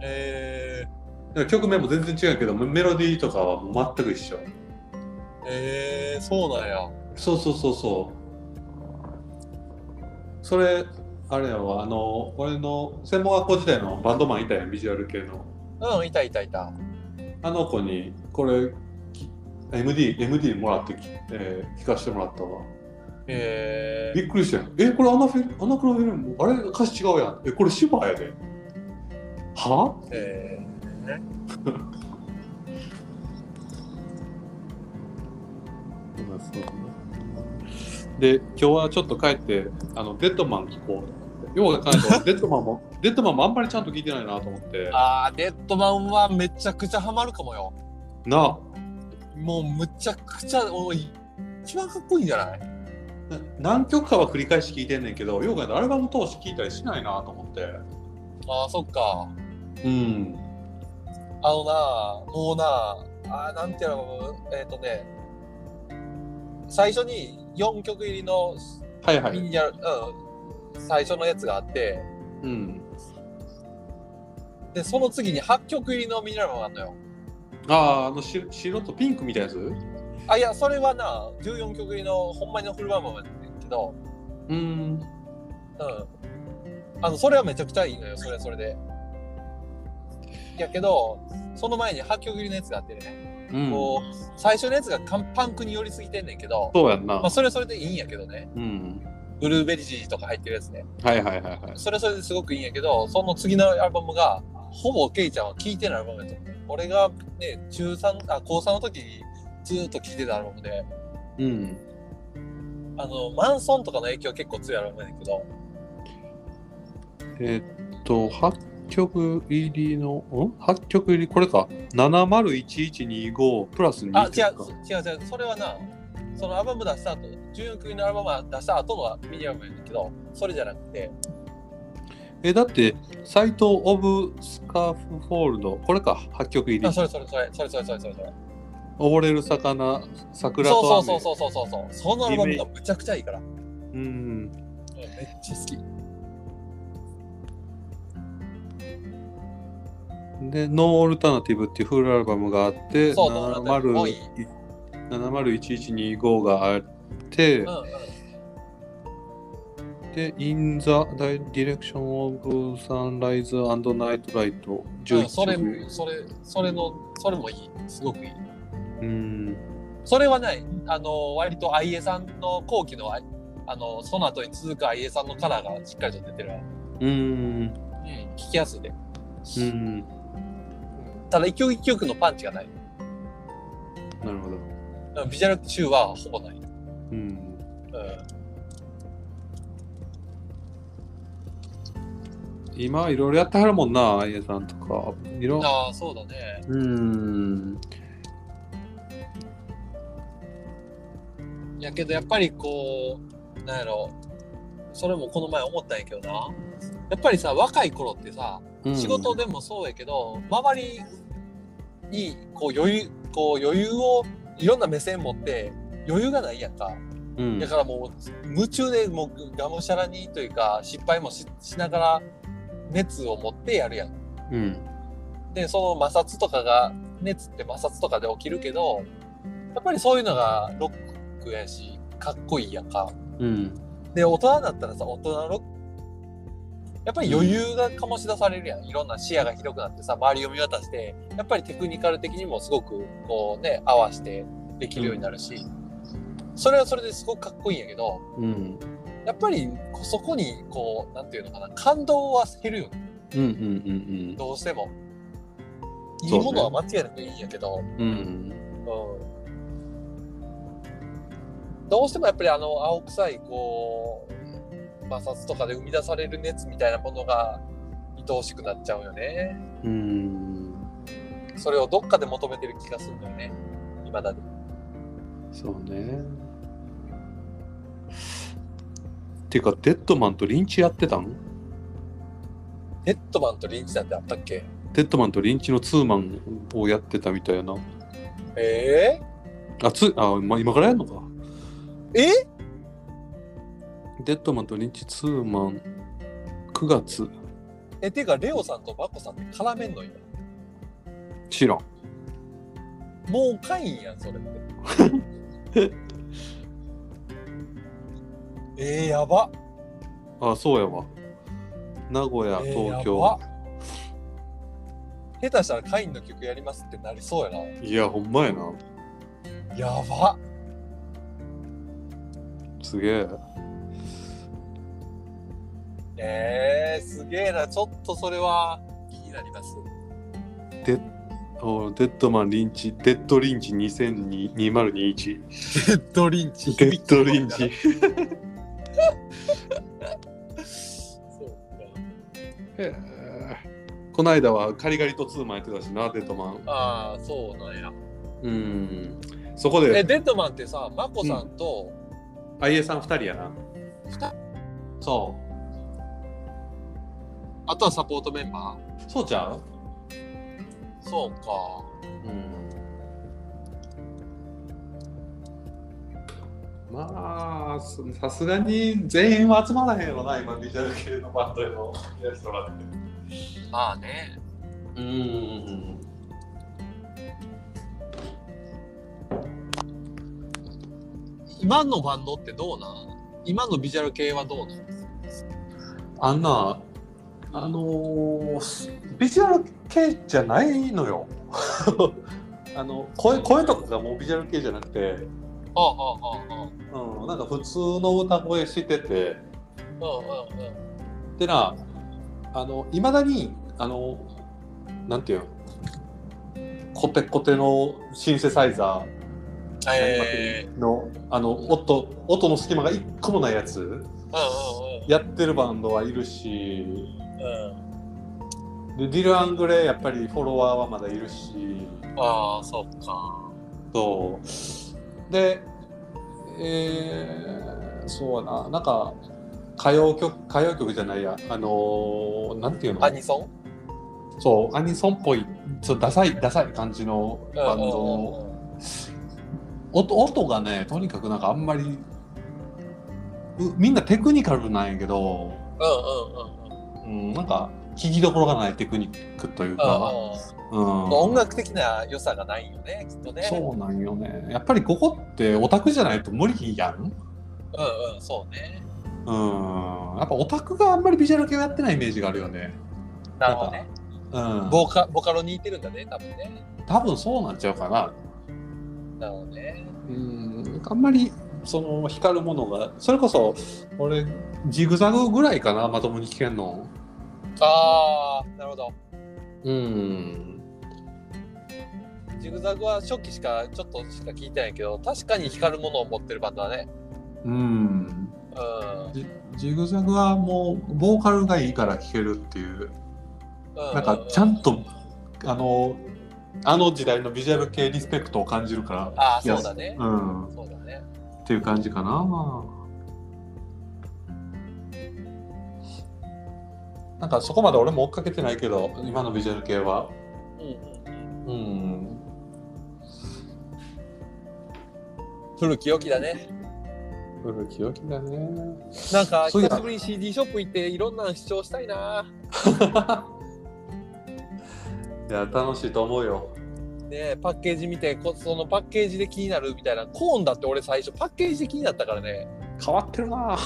Speaker 2: え
Speaker 1: だから曲名も全然違うけど、メロディーとかはもう全く一緒。
Speaker 2: ー、えー、そうなんや。
Speaker 1: そうそうそうそう。それ、あれやわ、あの、俺の専門学校時代のバンドマンいたやん、ビジュアル系の。
Speaker 2: うん、いたいたいた。
Speaker 1: あの子に、これ、き MD、MD もらってき、えー聞かせてもらったわ。
Speaker 2: え
Speaker 1: びっくりしたやん。え、これアナフィ、アナクロフィルム、あれ歌詞違うやん。え、これ芝やで。は
Speaker 2: ー、え
Speaker 1: で、今日はちょっと帰って、あの、デッドマン聞こうと思って。要は考えたらデッドマンも、デッドマンもあんまりちゃんと聞いてないなと思って
Speaker 2: ー、。あー、デッドマンはめちゃくちゃハマるかもよ。
Speaker 1: なあ。
Speaker 2: もうむちゃくちゃ、おい一番かっこいいんじゃない
Speaker 1: な何曲かは繰り返し聴いてんねんけど、よう考えたらアルバム通して聴いたりしないなと思って。
Speaker 2: あー、そっか。
Speaker 1: うん。
Speaker 2: あのなあ、もうなあ、あーなんていうの、えっ、とね、最初に4曲入りの
Speaker 1: はいは
Speaker 2: ミ
Speaker 1: い。
Speaker 2: ニアル、うん、最初のやつがあって、
Speaker 1: うん。
Speaker 2: で、その次に8曲入りのミニアルバムがあるのよ。
Speaker 1: ああ、あのし白とピンクみたいなやつう
Speaker 2: あいやそれはな14曲入りのほんまにのフルバームなんだけど、
Speaker 1: ん。
Speaker 2: うん、あのそれはめちゃくちゃいいのよそれはそれで。やけどその前に8曲入りのやつがあってね、
Speaker 1: うん、
Speaker 2: こう最初のやつがカンパンクに寄りすぎてんねんけど、
Speaker 1: そうやん
Speaker 2: ま
Speaker 1: な
Speaker 2: あ、。それはそれでいいんやけどね
Speaker 1: うん。
Speaker 2: ブルーベリーとか入ってるやつね
Speaker 1: はいはいはいはい。
Speaker 2: それはそれですごくいいんやけどその次のアルバムがほぼケイちゃんは聴いてないアルバムやと思うね俺がね中三あ高3の時にずーっと聴いてたアルバムで。
Speaker 1: うん。
Speaker 2: あのマンソンとかの影響結構強いアルバムやねんけど
Speaker 1: えーっと、8曲入りの、ん ?8 曲入り、これか。701125プラス2
Speaker 2: あ、違
Speaker 1: 曲か。
Speaker 2: う、違う、違う。それはな、そのアルバム出した後、14組のアルバム出した後のミニアルバムやねんけど、それじゃなくて、
Speaker 1: え、だって、サイト・オブ・スカーフ・フォールド、これか、8曲入り
Speaker 2: あ、。それそれそれ、それそれそれそれそれ。
Speaker 1: 溺れる魚、桜と
Speaker 2: そう
Speaker 1: 雨。
Speaker 2: そうそうそうそうそうそう。そのアルバムがむちゃくちゃいいから。うん
Speaker 1: うん。
Speaker 2: めっちゃ好き。
Speaker 1: で、ノー・オルタナティブっていうフルアルバムがあって、
Speaker 2: そうノーオルタナティブもういい
Speaker 1: 70 701125があって、
Speaker 2: うんうん。
Speaker 1: で、In the Direction of Sunrise and Night Light
Speaker 2: うん、それ
Speaker 1: 11、
Speaker 2: それ、それの、それもいい。すごくいい。
Speaker 1: うん、
Speaker 2: それはない、あの、割と IA さんの後期の、ああの、その後に続く IA さんのカラーがしっかりと出てるわ。
Speaker 1: うん、
Speaker 2: うん、聞きやすいで。
Speaker 1: うん、
Speaker 2: ただ、一曲一曲のパンチがない。
Speaker 1: なるほど。
Speaker 2: うんビジュアル中はほぼない。う
Speaker 1: う
Speaker 2: ん。
Speaker 1: ん、今いろいろやってはるもんな、あいえさんとか。いろ、
Speaker 2: ああ、そうだね。
Speaker 1: うん、
Speaker 2: やけどやっぱりこうなんやろそれもこの前思ったんやけどなやっぱりさ若い頃ってさ
Speaker 1: うん
Speaker 2: 仕事でもそうやけど、周りにこう余裕こう余裕をいろんな目線持って余裕がないやんか
Speaker 1: うん
Speaker 2: だ、からもう夢中でもうがむしゃらにというか失敗もししながら熱を持ってやるやん
Speaker 1: うん、
Speaker 2: でその摩擦とかが熱って摩擦とかで起きるけどやっぱりそういうのがロックやしかっこいいやんか
Speaker 1: うん、
Speaker 2: で大人だったらさ大人のロックやっぱり余裕が醸し出されるやんいろんな視野が広くなってさ周りを見渡してやっぱりテクニカル的にもすごくこうね合わせてできるようになるし、それはそれですごくかっこいいんやけど
Speaker 1: うん、
Speaker 2: やっぱりこうそこにこうなんていうのかな感動は減るよね
Speaker 1: うん、うん、
Speaker 2: どうしてもい
Speaker 1: そうね
Speaker 2: いものは間違いなくいいんやけど、
Speaker 1: うん、うん、
Speaker 2: うんどうしてもやっぱりあの青臭いこう摩擦とかで生み出される熱みたいなものが愛おしくなっちゃうよね
Speaker 1: うん、
Speaker 2: それをどっかで求めてる気がするんだよね今だに
Speaker 1: そうね。っていうか、デッドマンとリンチやってたん
Speaker 2: ヘッドマンとリンチなんてあったっけ
Speaker 1: デッドマンとリンチのツーマンをやってたみたいな。
Speaker 2: え
Speaker 1: あ、つあ、ま、今からやるのか。
Speaker 2: え
Speaker 1: デッドマンとリンチツーマン、9月、
Speaker 2: ー、えていうかレオさんとマコさんって絡めんの今
Speaker 1: 知らん。
Speaker 2: もうかいんやんそれって えー、やば
Speaker 1: あ、そうやわ。名古屋、
Speaker 2: えー
Speaker 1: 東
Speaker 2: やば
Speaker 1: 京。
Speaker 2: 下手したらカインの曲やりますってなりそうや
Speaker 1: いや、ほんまやな。
Speaker 2: なやば
Speaker 1: すげえ。
Speaker 2: えー、すげえなちょっとそれは気になります
Speaker 1: おデッドマン、リンチ、デッドリンチ2002 2021。
Speaker 2: デッドリンチ
Speaker 1: デッドリンチ。
Speaker 2: そう
Speaker 1: へえこの間はカリガリとツーマンやってたしな、デッドマン。
Speaker 2: かああそうなんや
Speaker 1: うん。そこ
Speaker 2: え
Speaker 1: で、
Speaker 2: デッドマンってさマコさんと、
Speaker 1: あいえさん2人やな。そ
Speaker 2: あとはサポートメンバ
Speaker 1: う。そうちゃう
Speaker 2: ーそうか
Speaker 1: うんまあささすがに全員は集まらへんよな今ビジュアル系のバンドへのやつとかって
Speaker 2: まあね
Speaker 1: うん
Speaker 2: 今のバンドってどうなん今のビジュアル系はどうなん
Speaker 1: あんなあのービジュアル系じゃないのよ あの声声とかがもうビジュアル系じゃなくて、
Speaker 2: ああああああ
Speaker 1: うん、なんか普通の歌声してて
Speaker 2: うんうんうん
Speaker 1: でなあのいまだにあのなんていうのコテコテのシンセサイザ
Speaker 2: え
Speaker 1: ーのあの音音の隙間が一個もないやつ
Speaker 2: ー、うんうんうん
Speaker 1: やってるバンドはいるし
Speaker 2: うん
Speaker 1: でディル・アングレやっぱりフォロワーはまだいるし
Speaker 2: ああ、そっか。
Speaker 1: そうでえー、そうやななんか歌謡曲歌謡曲じゃないやあのーなんていうの
Speaker 2: アニソ
Speaker 1: そうアニソンっぽいちょっとダサいダサい感じの
Speaker 2: ン
Speaker 1: バンド音音がねとにかくなんかあんまりうみんなテクニカルなんやけど、
Speaker 2: うんうんうんう
Speaker 1: う
Speaker 2: ん。
Speaker 1: ん、なんか聞きどころがないテクニックというか、
Speaker 2: う
Speaker 1: うん
Speaker 2: ん、音楽的な良さがないよね、きっとね。
Speaker 1: そうなんよねやっぱりここってオタクじゃないと無理やん
Speaker 2: うんうん、そうね。
Speaker 1: うんやっぱオタクがあんまりビジュアル系をやってないイメージがあるよね
Speaker 2: なるほどね。
Speaker 1: うん
Speaker 2: ボカボカロに似てるんだね、多分ね。
Speaker 1: 多分そうなっちゃうかな
Speaker 2: なるほどね。
Speaker 1: うんあんまりその光るものがそれこそ俺ジグザグぐらいかなまともに聞けんの
Speaker 2: ああ、なるほど。
Speaker 1: うん
Speaker 2: ジグザグは初期しかちょっとしか聞いてないけど、確かに光るものを持ってるバンドだね。
Speaker 1: うん
Speaker 2: うん。
Speaker 1: ジジグザグはもうボーカルがいいから聴けるっていう
Speaker 2: う
Speaker 1: なんかちゃんとあのあの時代のビジュアル系リスペクトを感じるから
Speaker 2: ああ、そうだね。
Speaker 1: うん、っ
Speaker 2: そうだね。
Speaker 1: ていう感じかな。なんかそこまで俺も追っかけてないけど今のビジュアル系は。
Speaker 2: うんうん。
Speaker 1: うん
Speaker 2: 古き良きだね。
Speaker 1: 古き良きだね。
Speaker 2: なんか
Speaker 1: そういや
Speaker 2: 久しぶりに CD ショップ行っていろんなの視聴したいな。
Speaker 1: いや楽しいと思うよ。
Speaker 2: ねえパッケージ見てこそのパッケージで気になるみたいなコーンだって俺最初パッケージで気になったからね
Speaker 1: 変わってるな。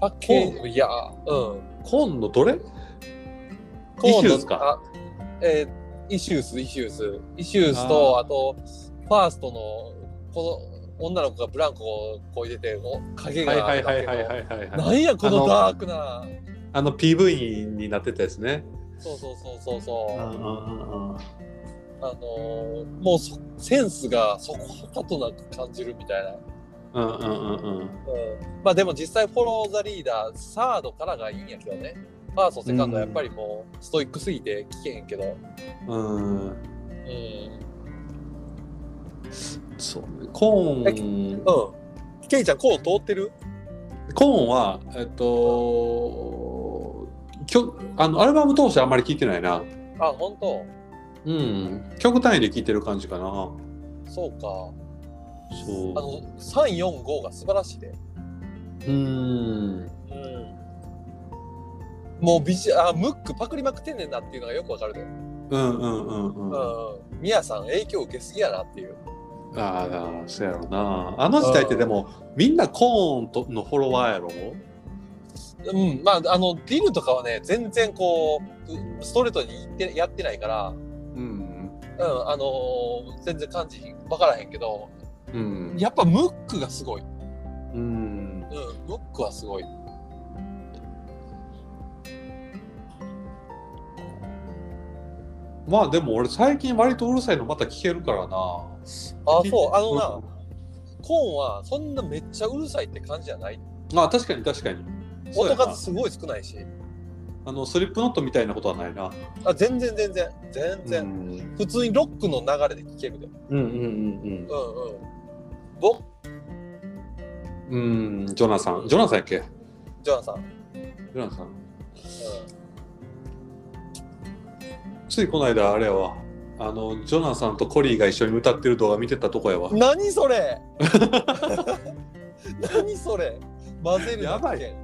Speaker 2: パッケージいやうん
Speaker 1: 今度どれ？
Speaker 2: コー
Speaker 1: イ
Speaker 2: ンだ
Speaker 1: シューズか
Speaker 2: あえーイシュースイシュースイシュースとあとファーストのこの女の子がブランコをこう入れてお影が
Speaker 1: はいはいはいはいはいはい、
Speaker 2: な
Speaker 1: はい。
Speaker 2: んやこ
Speaker 1: あ
Speaker 2: の
Speaker 1: の
Speaker 2: ダークな
Speaker 1: あの PV になってたやつね。
Speaker 2: そうそうそうそうそう、
Speaker 1: うんう
Speaker 2: あ
Speaker 1: んうんうん。
Speaker 2: のーもうそセンスがそこはかとなく感じるみたいな
Speaker 1: うんうんうんうん。
Speaker 2: うんまあでも実際フォロー・ザ・リーダーサードからがいいんやけどねファーストセカンドはやっぱりもうストイックすぎて聞けへんけど、
Speaker 1: うん、
Speaker 2: うん
Speaker 1: そうねコーン、
Speaker 2: うん、ケイちゃんこう通ってる
Speaker 1: コーンは、えっと、きょあのアルバム通してあんまり聞いてないな。
Speaker 2: あ本当
Speaker 1: うん、曲単位で聞いてる感じかな。
Speaker 2: そうか
Speaker 1: そ
Speaker 2: あの345が素晴らしいで、
Speaker 1: う。うん。
Speaker 2: もうビジあムックパクりまくってんねんなっていうのがよくわかるで、
Speaker 1: うんうんうん
Speaker 2: う
Speaker 1: うん。あ
Speaker 2: ん、ミヤさん影響受けすぎやなっていう
Speaker 1: あ、そうやろな。あの時代ってでも、みんなコーンとのフォロワーやろ
Speaker 2: うんまああのディルとかはね全然こううストレートに言ってやってないから
Speaker 1: うん。
Speaker 2: うん、あのー全然感じ分からへんけど、
Speaker 1: うん。
Speaker 2: やっぱムックがすごい。うん、
Speaker 1: うん。
Speaker 2: ムックはすごい。
Speaker 1: まあでも俺最近割とうるさいのまた聞けるからな。
Speaker 2: あ、そう、あのな、コーンはそんなめっちゃうるさいって感じじゃない。
Speaker 1: な。あ、確かに確かに。そうや
Speaker 2: 音
Speaker 1: な
Speaker 2: 数すごい少ないし、
Speaker 1: あのスリップノットみたいなことはないな。
Speaker 2: あ全然全然、全
Speaker 1: う
Speaker 2: 然、
Speaker 1: ん
Speaker 2: 普通にロックの流れで聴けるで。うん
Speaker 1: うんうん
Speaker 2: うん。ボ
Speaker 1: うん。うん、ジョナサン。ジョナサンやっけ
Speaker 2: ジョナさん。うん、
Speaker 1: ジョナサン。ついこの間、あれやわ。あの、ジョナサンとコリーが一緒に歌ってる動画見てたとこやわ。
Speaker 2: 何それ 何それ混ぜるだけ
Speaker 1: やばい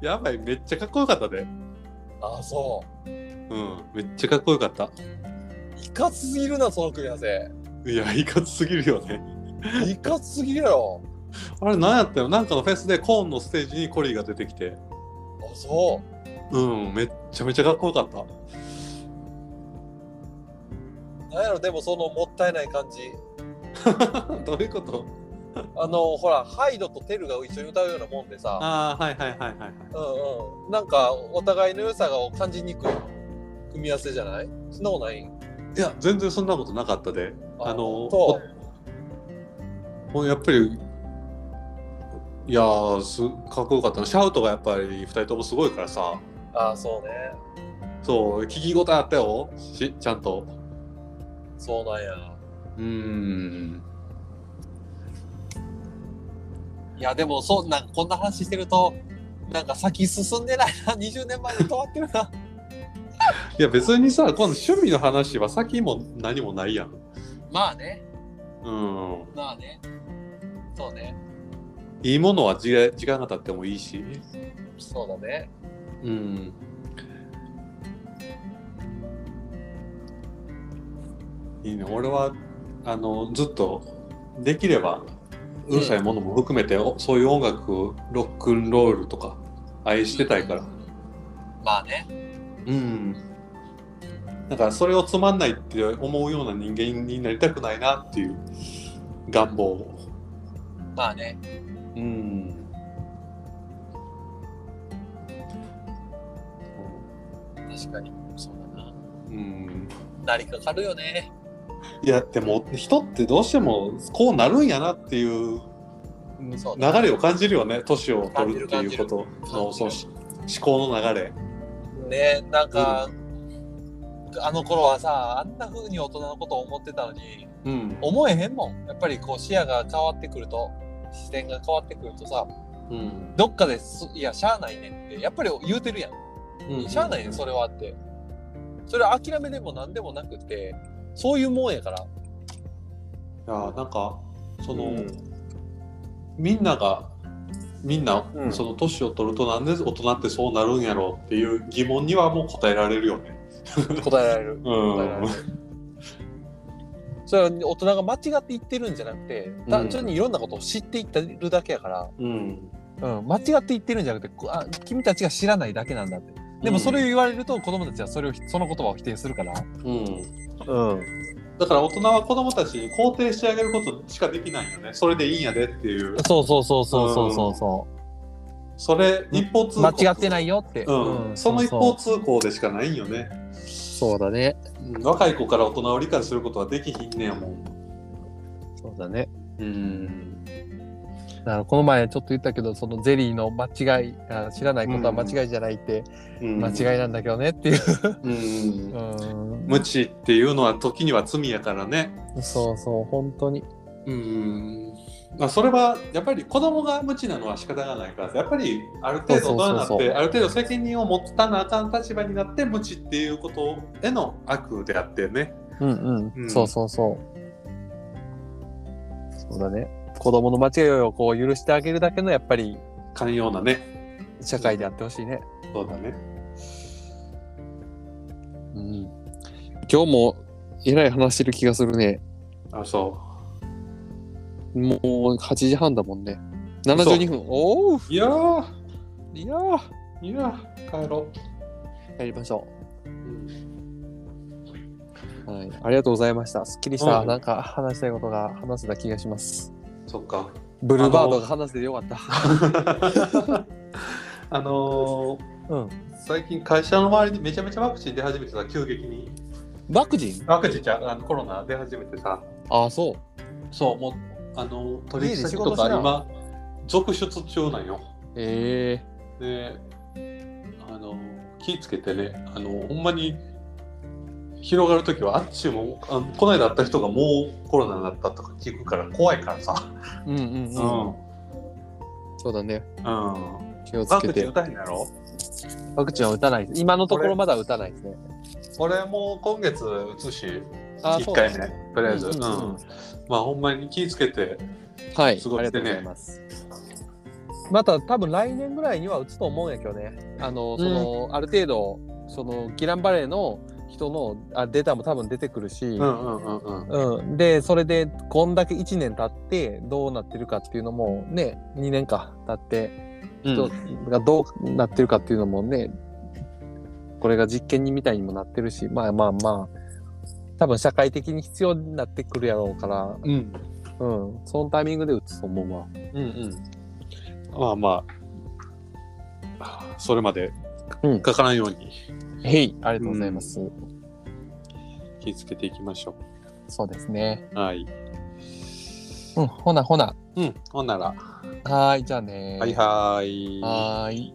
Speaker 1: やばい、めっちゃかっこよかったで。
Speaker 2: あ、そ
Speaker 1: うん、めっちゃかっこよかった。
Speaker 2: う。いかつすぎるな、その組み合わせ。
Speaker 1: いや、いかつすぎるよね。
Speaker 2: いかつすぎるやろ。
Speaker 1: あれ、なんやったよ。なんかのフェスでコーンのステージにコリーが出てきて。
Speaker 2: あ、そう。
Speaker 1: うん、めっちゃめちゃかっこよかった。
Speaker 2: なんやろでもそのもったいない感じ
Speaker 1: どういうこと
Speaker 2: あのほらハイドとテルが一緒に歌うようなもんでさ
Speaker 1: ああ、はいはいはいはいはい。
Speaker 2: うんうんなんかお互いの良さを感じにくい組み合わせじゃないそんなことない
Speaker 1: いや、全然そんなことなかったで。あの
Speaker 2: そ
Speaker 1: もうやっぱりいやーすかっこよかったなシャウトがやっぱり2人ともすごいからさ
Speaker 2: うああそうね
Speaker 1: そう、聞き応えあったよ、しちゃんと。
Speaker 2: そうなんや。
Speaker 1: うーん。
Speaker 2: いや、でも、そう、なんかこんな話してると、なんか先進んでないな。20年 前で止まってるな。
Speaker 1: いや、別にさ、今度趣味の話は先も何もないやん。
Speaker 2: まあね。
Speaker 1: うん。
Speaker 2: まあね。そうね。
Speaker 1: いいものは時間時間が経ってもいいし。
Speaker 2: そうだね。
Speaker 1: うん。いいね。俺は、あの、ずっと、できれば、うるさいものも含めて、おそういう音楽、ロックンロールとか、愛してたいから。。
Speaker 2: まあね。
Speaker 1: うん。なんか、それをつまんないって思うような人間になりたくないなっていう願望。
Speaker 2: まあね。
Speaker 1: うん。
Speaker 2: 確かに。そうだな。
Speaker 1: うん。
Speaker 2: なりかかるよね。
Speaker 1: いやでも人ってどうしてもこうなるんやなっていう
Speaker 2: そう
Speaker 1: 流れを感じるよね年を取るって
Speaker 2: 感
Speaker 1: い
Speaker 2: じ
Speaker 1: う
Speaker 2: る
Speaker 1: ことのそ
Speaker 2: 感
Speaker 1: の
Speaker 2: じ
Speaker 1: し思考の流れ
Speaker 2: ねなんか、あの頃はさ、あんな風に大人のことを思ってたのに、
Speaker 1: うん
Speaker 2: 思えへんもん。やっぱりこう視野が変わってくると、視点が変わってくるとさ、
Speaker 1: うん
Speaker 2: どっかです、いや、しゃあないねって、やっぱり言うてるやん。
Speaker 1: うん
Speaker 2: しゃあないね、それはって。それ諦めでも何でもなくて、そういうもんやから。
Speaker 1: いやなんかその、
Speaker 2: うん
Speaker 1: みんながみんな、
Speaker 2: うん
Speaker 1: その年を取るとなんで大人ってそうなるんやろうっていう疑問にはもう答えられるよね
Speaker 2: 答えられる。
Speaker 1: うん
Speaker 2: 答えられる。それは大人が間違って言ってるんじゃなくて、単純にいろんなことを知っていってるだけやから、
Speaker 1: うん
Speaker 2: うん、間違って言ってるんじゃなくてこあ君たちが知らないだけなんだってでもそれを言われると子供たちはそれをその言葉を否定するから、
Speaker 1: うん
Speaker 2: うん、
Speaker 1: だから大人は子供たちに肯定してあげることしかできないよねそれでいいんやでっていう
Speaker 2: そうそうそうそうそうそうそ
Speaker 1: それ一方
Speaker 2: う
Speaker 1: 通行
Speaker 2: 間違ってないよって、
Speaker 1: うんその一方通行でしかないんよね。
Speaker 2: そうだね
Speaker 1: うん若い子から大人を理解することはできひんねやもん。
Speaker 2: そうだね
Speaker 1: うん。
Speaker 2: だからこの前ちょっと言ったけどそのゼリーの間違いあ知らないことは間違いじゃないって、間違いなんだけどねっていう、
Speaker 1: うん。
Speaker 2: う
Speaker 1: 無知っていうのは時には罪やからね。
Speaker 2: ん、そうそう本当に
Speaker 1: うん。まあ、それはやっぱり子供が無知なのは仕方がないからやっぱりある程度大人になって
Speaker 2: そうそうそうそう
Speaker 1: ある程度責任を持たなあかん立場になって無知っていうことへの悪であってね。
Speaker 2: うんうん、
Speaker 1: うん
Speaker 2: そうそうそうそうだね子供の間違いをこう許してあげるだけのやっぱり
Speaker 1: 寛容なね。
Speaker 2: 社会であってほしいね、
Speaker 1: そうだね。
Speaker 3: うん今日もえらい話してる気がするね。
Speaker 1: あそ
Speaker 3: もう8時半だもんね。72分。おお
Speaker 1: う。いやー
Speaker 3: いやー
Speaker 1: いやー帰ろ
Speaker 3: やりましょ
Speaker 1: う。うん
Speaker 3: う。はい。ありがとうございました。すっきりした、
Speaker 1: うん
Speaker 3: なんか話したいことが話せた気がします。
Speaker 1: そっか。
Speaker 3: ブルーバードが話せてよかった。
Speaker 1: あのー
Speaker 2: うん
Speaker 1: 最近会社の周りでめちゃめちゃワクチン出始めてさ、急激に。
Speaker 3: ワクチン
Speaker 1: ワクチンじゃうあのコロナ出始めてさ、
Speaker 3: ああ、そう。
Speaker 1: そう、もう、あのー、取引
Speaker 2: 家で仕
Speaker 1: 先
Speaker 2: 事
Speaker 1: と
Speaker 2: しな
Speaker 1: か今、続出中なんよ。
Speaker 3: え
Speaker 1: で、あのー、気ぃつけてね、あのー、ほんまに、広がるときはあっちもあのこの間会った人がもうコロナになったとか聞くから怖いからさ、
Speaker 3: えうんうん
Speaker 1: う
Speaker 3: うん。
Speaker 1: う
Speaker 3: そうだね。
Speaker 1: ん、ワ
Speaker 3: 気をつけ
Speaker 1: クチン
Speaker 3: て
Speaker 1: 打。たへんやろ
Speaker 3: ワクチンは打たないです。今のところまだ打たないですね。
Speaker 1: 俺も今月打つし
Speaker 3: あ
Speaker 1: 1回
Speaker 3: そうだ
Speaker 1: 目
Speaker 3: ね
Speaker 1: とりあえず、
Speaker 3: うんうんうん
Speaker 1: うんまあほんまに気ぃつけて
Speaker 3: はい。あり
Speaker 1: 過ご
Speaker 3: がと
Speaker 1: して
Speaker 3: うご
Speaker 1: ね
Speaker 3: ざいます。また多分来年ぐらいには打つと思うんやけどね。あの、その、ある程度、その、ギランバレーの人のあデータも多分出てくるし、
Speaker 1: うんうんうんうん
Speaker 3: うん、でそれでこんだけ1年経ってどうなってるかっていうのもね2年か経って人がどうなってるかっていうのもね、これが実験にみたいにもなってるしまあまあまあ多分社会的に必要になってくるやろうから、
Speaker 1: うん
Speaker 3: うん、そのタイミングで打つと思うわ。
Speaker 1: うんうんまあまあそれまで
Speaker 3: うん
Speaker 1: かからんように
Speaker 3: へいありがとうございます。
Speaker 1: 気ぃつけていきましょ
Speaker 3: そうですね。
Speaker 1: うはい
Speaker 3: うん、ほなほな。
Speaker 1: うんほんなら
Speaker 3: はーいじゃあね
Speaker 1: はいはーい
Speaker 3: はーい。